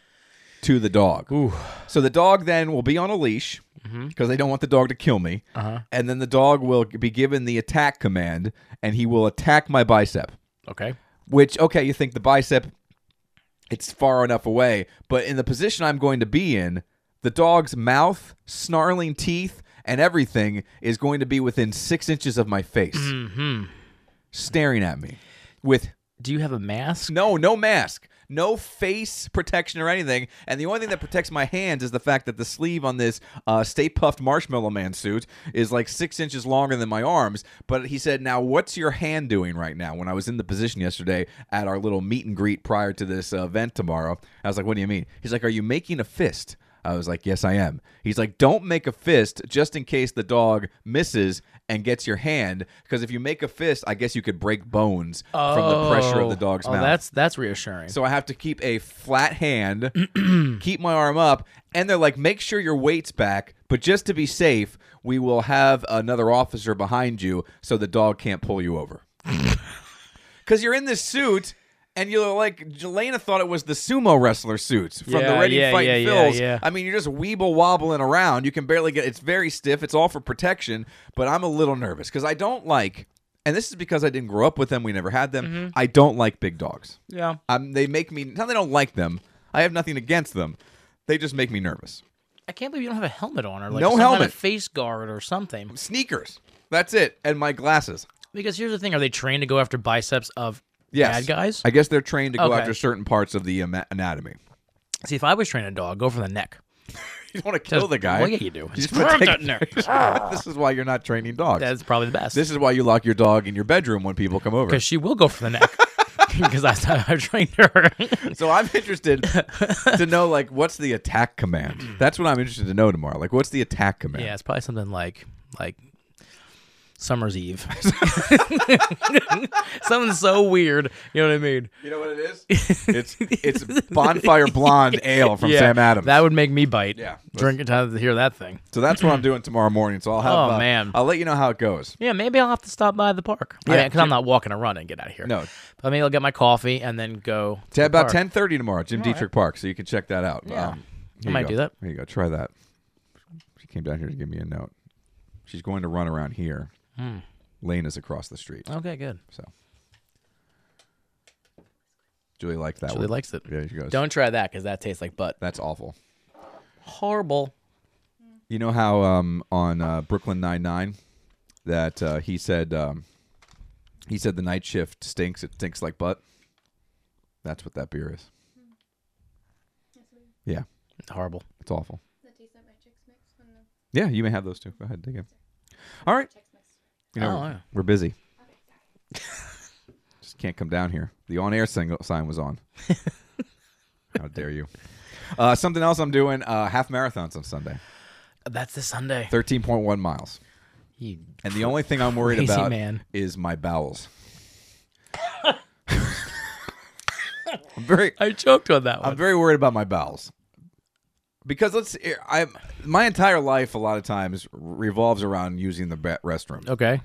to the dog. So the dog then will be on a leash because they don't want the dog to kill me. Uh-huh. And then the dog will be given the attack command and he will attack my bicep,
Okay.
which, okay, you think the bicep, it's far enough away. But in the position I'm going to be in, the dog's mouth, snarling teeth, and everything is going to be within six inches of my face, staring at me with
Do you have a mask?
no, no mask. No face protection or anything, and the only thing that protects my hands is the fact that the sleeve on this uh, Stay Puffed Marshmallow Man suit is like six inches longer than my arms. But he said, "Now, what's your hand doing right now?" When I was in the position yesterday at our little meet and greet prior to this uh, event tomorrow, I was like, "What do you mean?" He's like, "Are you making a fist?" I was like, "Yes, I am." He's like, "Don't make a fist just in case the dog misses and gets your hand, because if you make a fist, I guess you could break bones from the pressure of the
Oh.
dog's
oh,
mouth."
That's that's reassuring.
So I have to keep a flat hand, keep my arm up, and they're like, make sure your weight's back, but just to be safe, we will have another officer behind you so the dog can't pull you over. Because you're in this suit, and you're like, Jelena thought it was the sumo wrestler suits from the
Yeah,
Ready
yeah,
Fight
yeah,
and
yeah,
Phil's.
yeah.
I mean, you're just weeble wobbling around. You can barely get. It's very stiff. It's all for protection. But I'm a little nervous because I don't like. And this is because I didn't grow up with them. We never had them.
Mm-hmm.
I don't like big dogs.
yeah.
Um, they make me. Not that I don't like them. I have nothing against them. They just make me nervous.
I can't believe you don't have a helmet on or like
No
some kind of
helmet.
face guard or something.
Sneakers. That's it. And my glasses.
Because here's the thing: Are they trained to go after biceps of
Yes.
bad guys?
I guess they're trained to go
Okay.
after certain parts of the ama- anatomy.
See, if I was training a dog, go for the neck.
You don't want to kill the guy.
Well, yeah, you do.
just
Just
wanna
grab
take-
that neck.
this is why you're not training dogs.
That's probably the best.
this is why you lock your dog in your bedroom when people come over.
because she will go for the neck. Because I, I trained her.
So I'm interested to know like what's the attack command. That's what I'm interested to know tomorrow. Like what's the attack command?
Mm. yeah, it's probably something like like Summer's Eve. something so weird. You know what I mean?
You know what it is? it's it's bonfire blonde ale from
yeah,
Sam Adams.
That would make me bite.
Yeah.
Drink it to hear that thing.
so that's what I'm doing tomorrow morning. So I'll have.
Oh,
uh,
man.
I'll let you know how it goes.
Yeah, maybe I'll have to stop by the park. Yeah,
Yeah,
because I'm not walking a run and get out of here.
No.
but maybe I'll get my coffee and then go. To
At
the
about
park.
10:30 tomorrow, Jim Dietrich Park. So you can check that out. Um,
Yeah.
here you
might
go.
do that.
There you go. Try that. She came down here to give me a note. She's going to run around here.
Hmm.
Lane is across the street.
Okay, good.
So Julie liked that
Julie
one.
likes it.
There she goes.
Don't try that because that tastes like butt.
That's awful.
Horrible.
You know how um, on uh, Brooklyn Nine Nine that uh, he said um, he said the night shift stinks. It stinks like butt. That's what that beer is. Yeah,
Horrible.
it's awful.
The decent matrix mix and the
Yeah, you may have those two. Go ahead, dig in. All right.
text mix.
You know,
Oh, yeah.
we're busy. Just can't come down here. The on-air single sign was on. How dare you? Uh, something else I'm doing: uh, half marathons on Sunday,
That's this Sunday.
thirteen point one miles.
You
And the only thing I'm worried
Crazy
about
man.
is my bowels. I'm very
I choked on that one.
I'm very worried about my bowels. Because let's I my entire life a lot of times revolves around using the ba- restroom.
okay.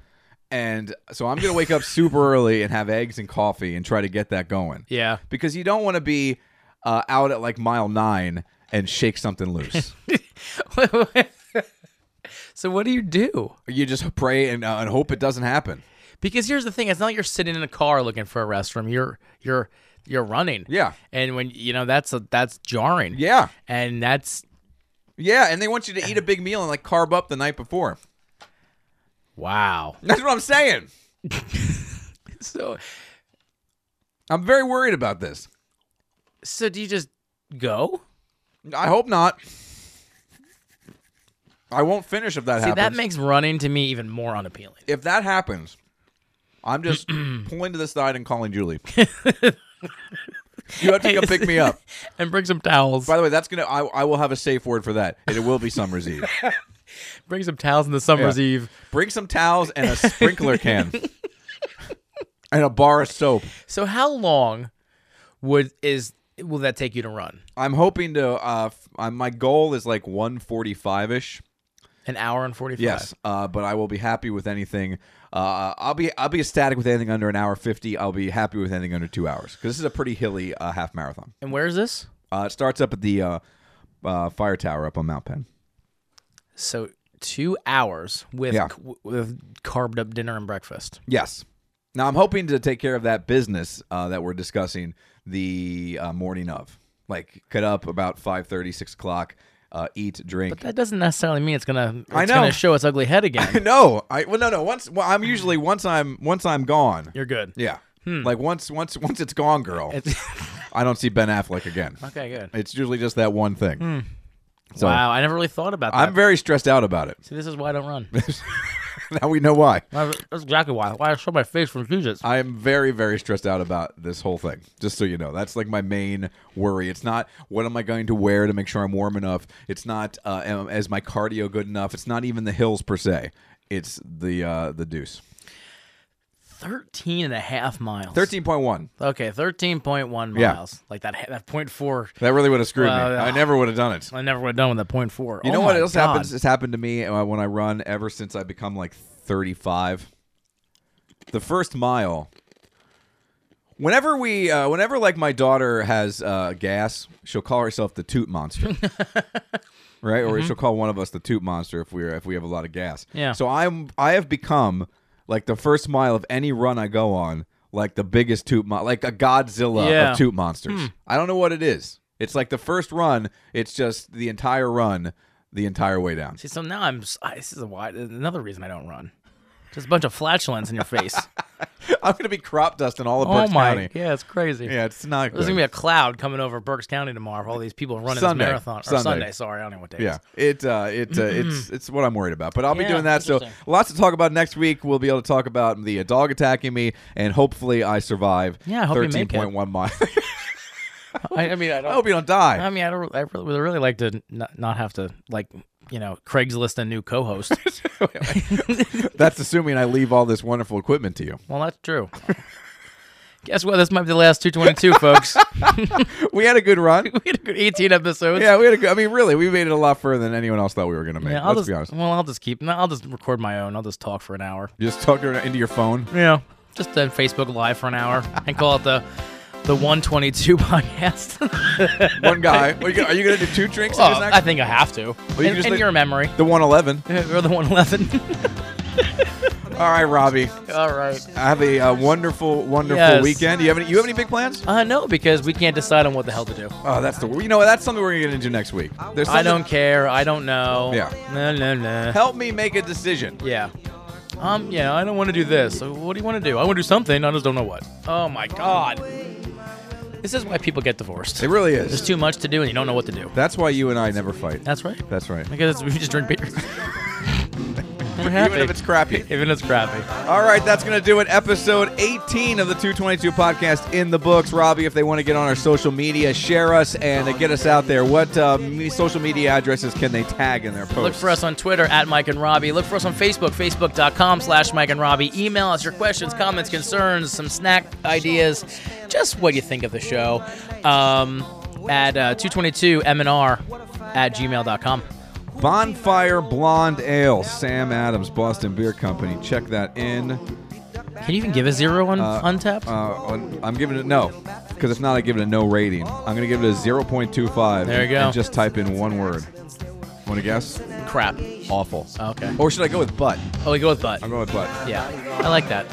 And so I'm going to wake up super early and have eggs and coffee and try to get that going.
Yeah.
Because you don't want to be uh, out at like mile 9 and shake something loose.
so what do you do?
you just pray and, uh, and hope it doesn't happen.
Because here's the thing: it's not like you're sitting in a car looking for a restroom. You're you're you're running.
Yeah.
And when you know that's a, that's jarring.
Yeah.
And that's
Yeah, and they want you to eat a big meal and like carb up the night before.
wow.
That's what I'm saying.
So
I'm very worried about this.
so do you just go?
I hope not. I won't finish if that
See,
happens.
that makes running to me even more unappealing.
if that happens, I'm just pulling to the side and calling Julie. you have to come pick me up.
And bring some towels.
By the way, that's gonna. I, I will have a safe word for that. and It will be summer's eve.
Bring some towels in the summer's
Yeah.
eve.
Bring some towels and a sprinkler can, and a bar of soap.
So how long would is will that take you to run?
I'm hoping to. Uh, f- uh, my goal is like 145 ish.
An hour and forty five.
Yes, uh, but I will be happy with anything. Uh, I'll be I'll be ecstatic with anything under an hour fifty. I'll be happy with anything under two hours because this is a pretty hilly uh, half marathon.
And where is this?
Uh, it starts up at the uh, uh, fire tower up on Mount Penn.
So two hours with
Yeah.
c- with carved up dinner and breakfast.
Yes. Now I'm hoping to take care of that business uh, that we're discussing the uh, morning of. Like, cut up about 5.30, 6 o'clock, uh, eat, drink.
That doesn't necessarily mean it's gonna it's
I know.
gonna show its ugly head again.
no, I well no no once well I'm usually once I'm once I'm gone.
You're good.
Yeah, like once once once it's gone, girl.
It's-
I don't see Ben Affleck again.
okay, Hmm. good.
It's usually just that one thing. So
wow, I never really thought about that.
I'm very stressed out about it.
See, this is why I don't run.
now we know why.
Why- That's exactly why. Why I show my face from Jesus.
I am very, very stressed out about this whole thing. Just so you know, that's like my main worry. It's not what am I going to wear to make sure I'm warm enough. It's not uh, am- is my cardio good enough. It's not even the hills per se. It's the uh, the deuce.
13 and a half miles.
Thirteen point one.
Okay, 13.1
Yeah.
miles. Like that that point four.
That really would have screwed me.
Well,
I never would have done it.
I never would have done with that point four.
You
Oh
know what
my
else
God.
happens? It's happened to me uh, when I run ever since I become like 35. The first mile. Whenever we, uh, whenever like my daughter has uh, gas, she'll call herself the toot monster, right? Or she'll call one of us the toot monster if we're if we have a lot of gas.
Mm-hmm. Yeah.
So I'm I have become like the first mile of any run I go on, like the biggest toot mon, like a Godzilla
Yeah. Hmm.
of toot monsters. I don't know what it is. It's like the first run. It's just the entire run, the entire way down.
See, so now I'm. s- I- This is a why, another reason I don't run. Just a bunch of flatulence in your face.
I'm gonna be crop dusting all of
oh
Berks
my!
County.
Yeah, it's crazy.
Yeah, it's not.
There's
good.
gonna be a cloud coming over Berks County tomorrow. For all these people running
Sunday.
this marathon or
Sunday.
Sunday. Sorry, I don't know what day.
Yeah, it uh, it uh, it's it's what I'm worried about. But I'll be
Yeah,
doing that. So
interesting.
lots to talk about next week. We'll be able to talk about the uh, dog attacking me, and hopefully I survive.
Yeah, I hope you
thirteen
make it.
point one miles.
It is. I, I mean, I
I
don't.
hope you don't die.
I mean, I don't. I really, would really like to not, not have to like, you know, Craigslist a new co-host.
That's assuming I leave all this wonderful equipment to you.
well, that's true. Guess what? This might be the last 222, folks.
We had a good run.
we had a good 18 episodes.
Yeah, we had a good. I mean, really, we made it a lot further than anyone else thought we were going to make.
Yeah, I'll
Let's
just,
be honest.
Well, I'll just keep. no, I'll just record my own. I'll just talk for an hour.
You just tucked her into your phone.
Yeah. Just then Facebook Live for an hour and call it the the 122 podcast.
One guy. What are you gonna- are you going to do two drinks? in
oh,
this next-
I think I have to.
you
in
just
in
let-
your memory.
the 111.
Or the 111.
All right, Robbie.
All right.
Have a uh, wonderful, wonderful
Yes.
weekend. Do you have any? You have any big plans?
Uh, no, because we can't decide on what the hell to do.
Oh, that's the. You know what? That's something we're going to get into next week. There's
I
something-
don't care. I don't know.
Yeah.
No, no, no.
Help me make a decision.
Yeah. Um, yeah, I don't want to do this. So what do you want to do? I want to do something. I just don't know what. Oh, my God. This is why people get divorced.
It really
There's
is.
too much to do and you don't know what to do.
That's why you and I never fight.
That's right.
That's right.
Because we just drink beer. We're happy.
Even if it's crappy.
Even if it's crappy.
All right, that's going to do it. Episode 18 of the 222 podcast in the books. Robbie, if they want to get on our social media, share us and uh, get us out there. What uh, me- social media addresses can they tag in their posts?
Look for us on Twitter at Mike and Robbie. Look for us on Facebook, facebook.com slash Mike and Robbie. Email us your questions, comments, concerns, some snack ideas, just what you think of the show um, at uh, 222mnr at gmail.com.
Bonfire Blonde Ale, Sam Adams, Boston Beer Company. Check that in.
Can you even give a zero on
Uh,
Untapped?
Uh, on- I'm giving it no, because if not, I give it a no rating. I'm going to give it a 0.25.
There you go.
And just type in one word. Want to guess?
Crap.
Awful.
Okay.
Or should I go with butt?
Oh, we go with butt.
I'm going with butt.
Yeah. I like that.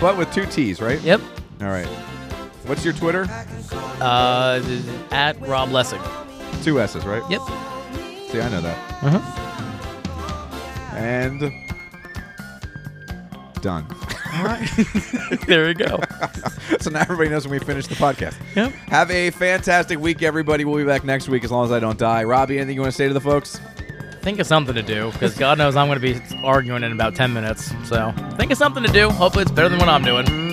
Butt with two T's, right?
Yep.
All right. What's your Twitter?
Uh, at Rob Lessig.
Two S's, right?
Yep.
See, I know that.
Uh-huh.
And done.
There you go.
so now everybody knows when we finish the podcast.
Yep.
Have a fantastic week, everybody. We'll be back next week as long as I don't die. Robbie, anything you want to say to the folks?
Think of something to do, because God knows I'm going to be arguing in about 10 minutes. So think of something to do. Hopefully, it's better than what I'm doing.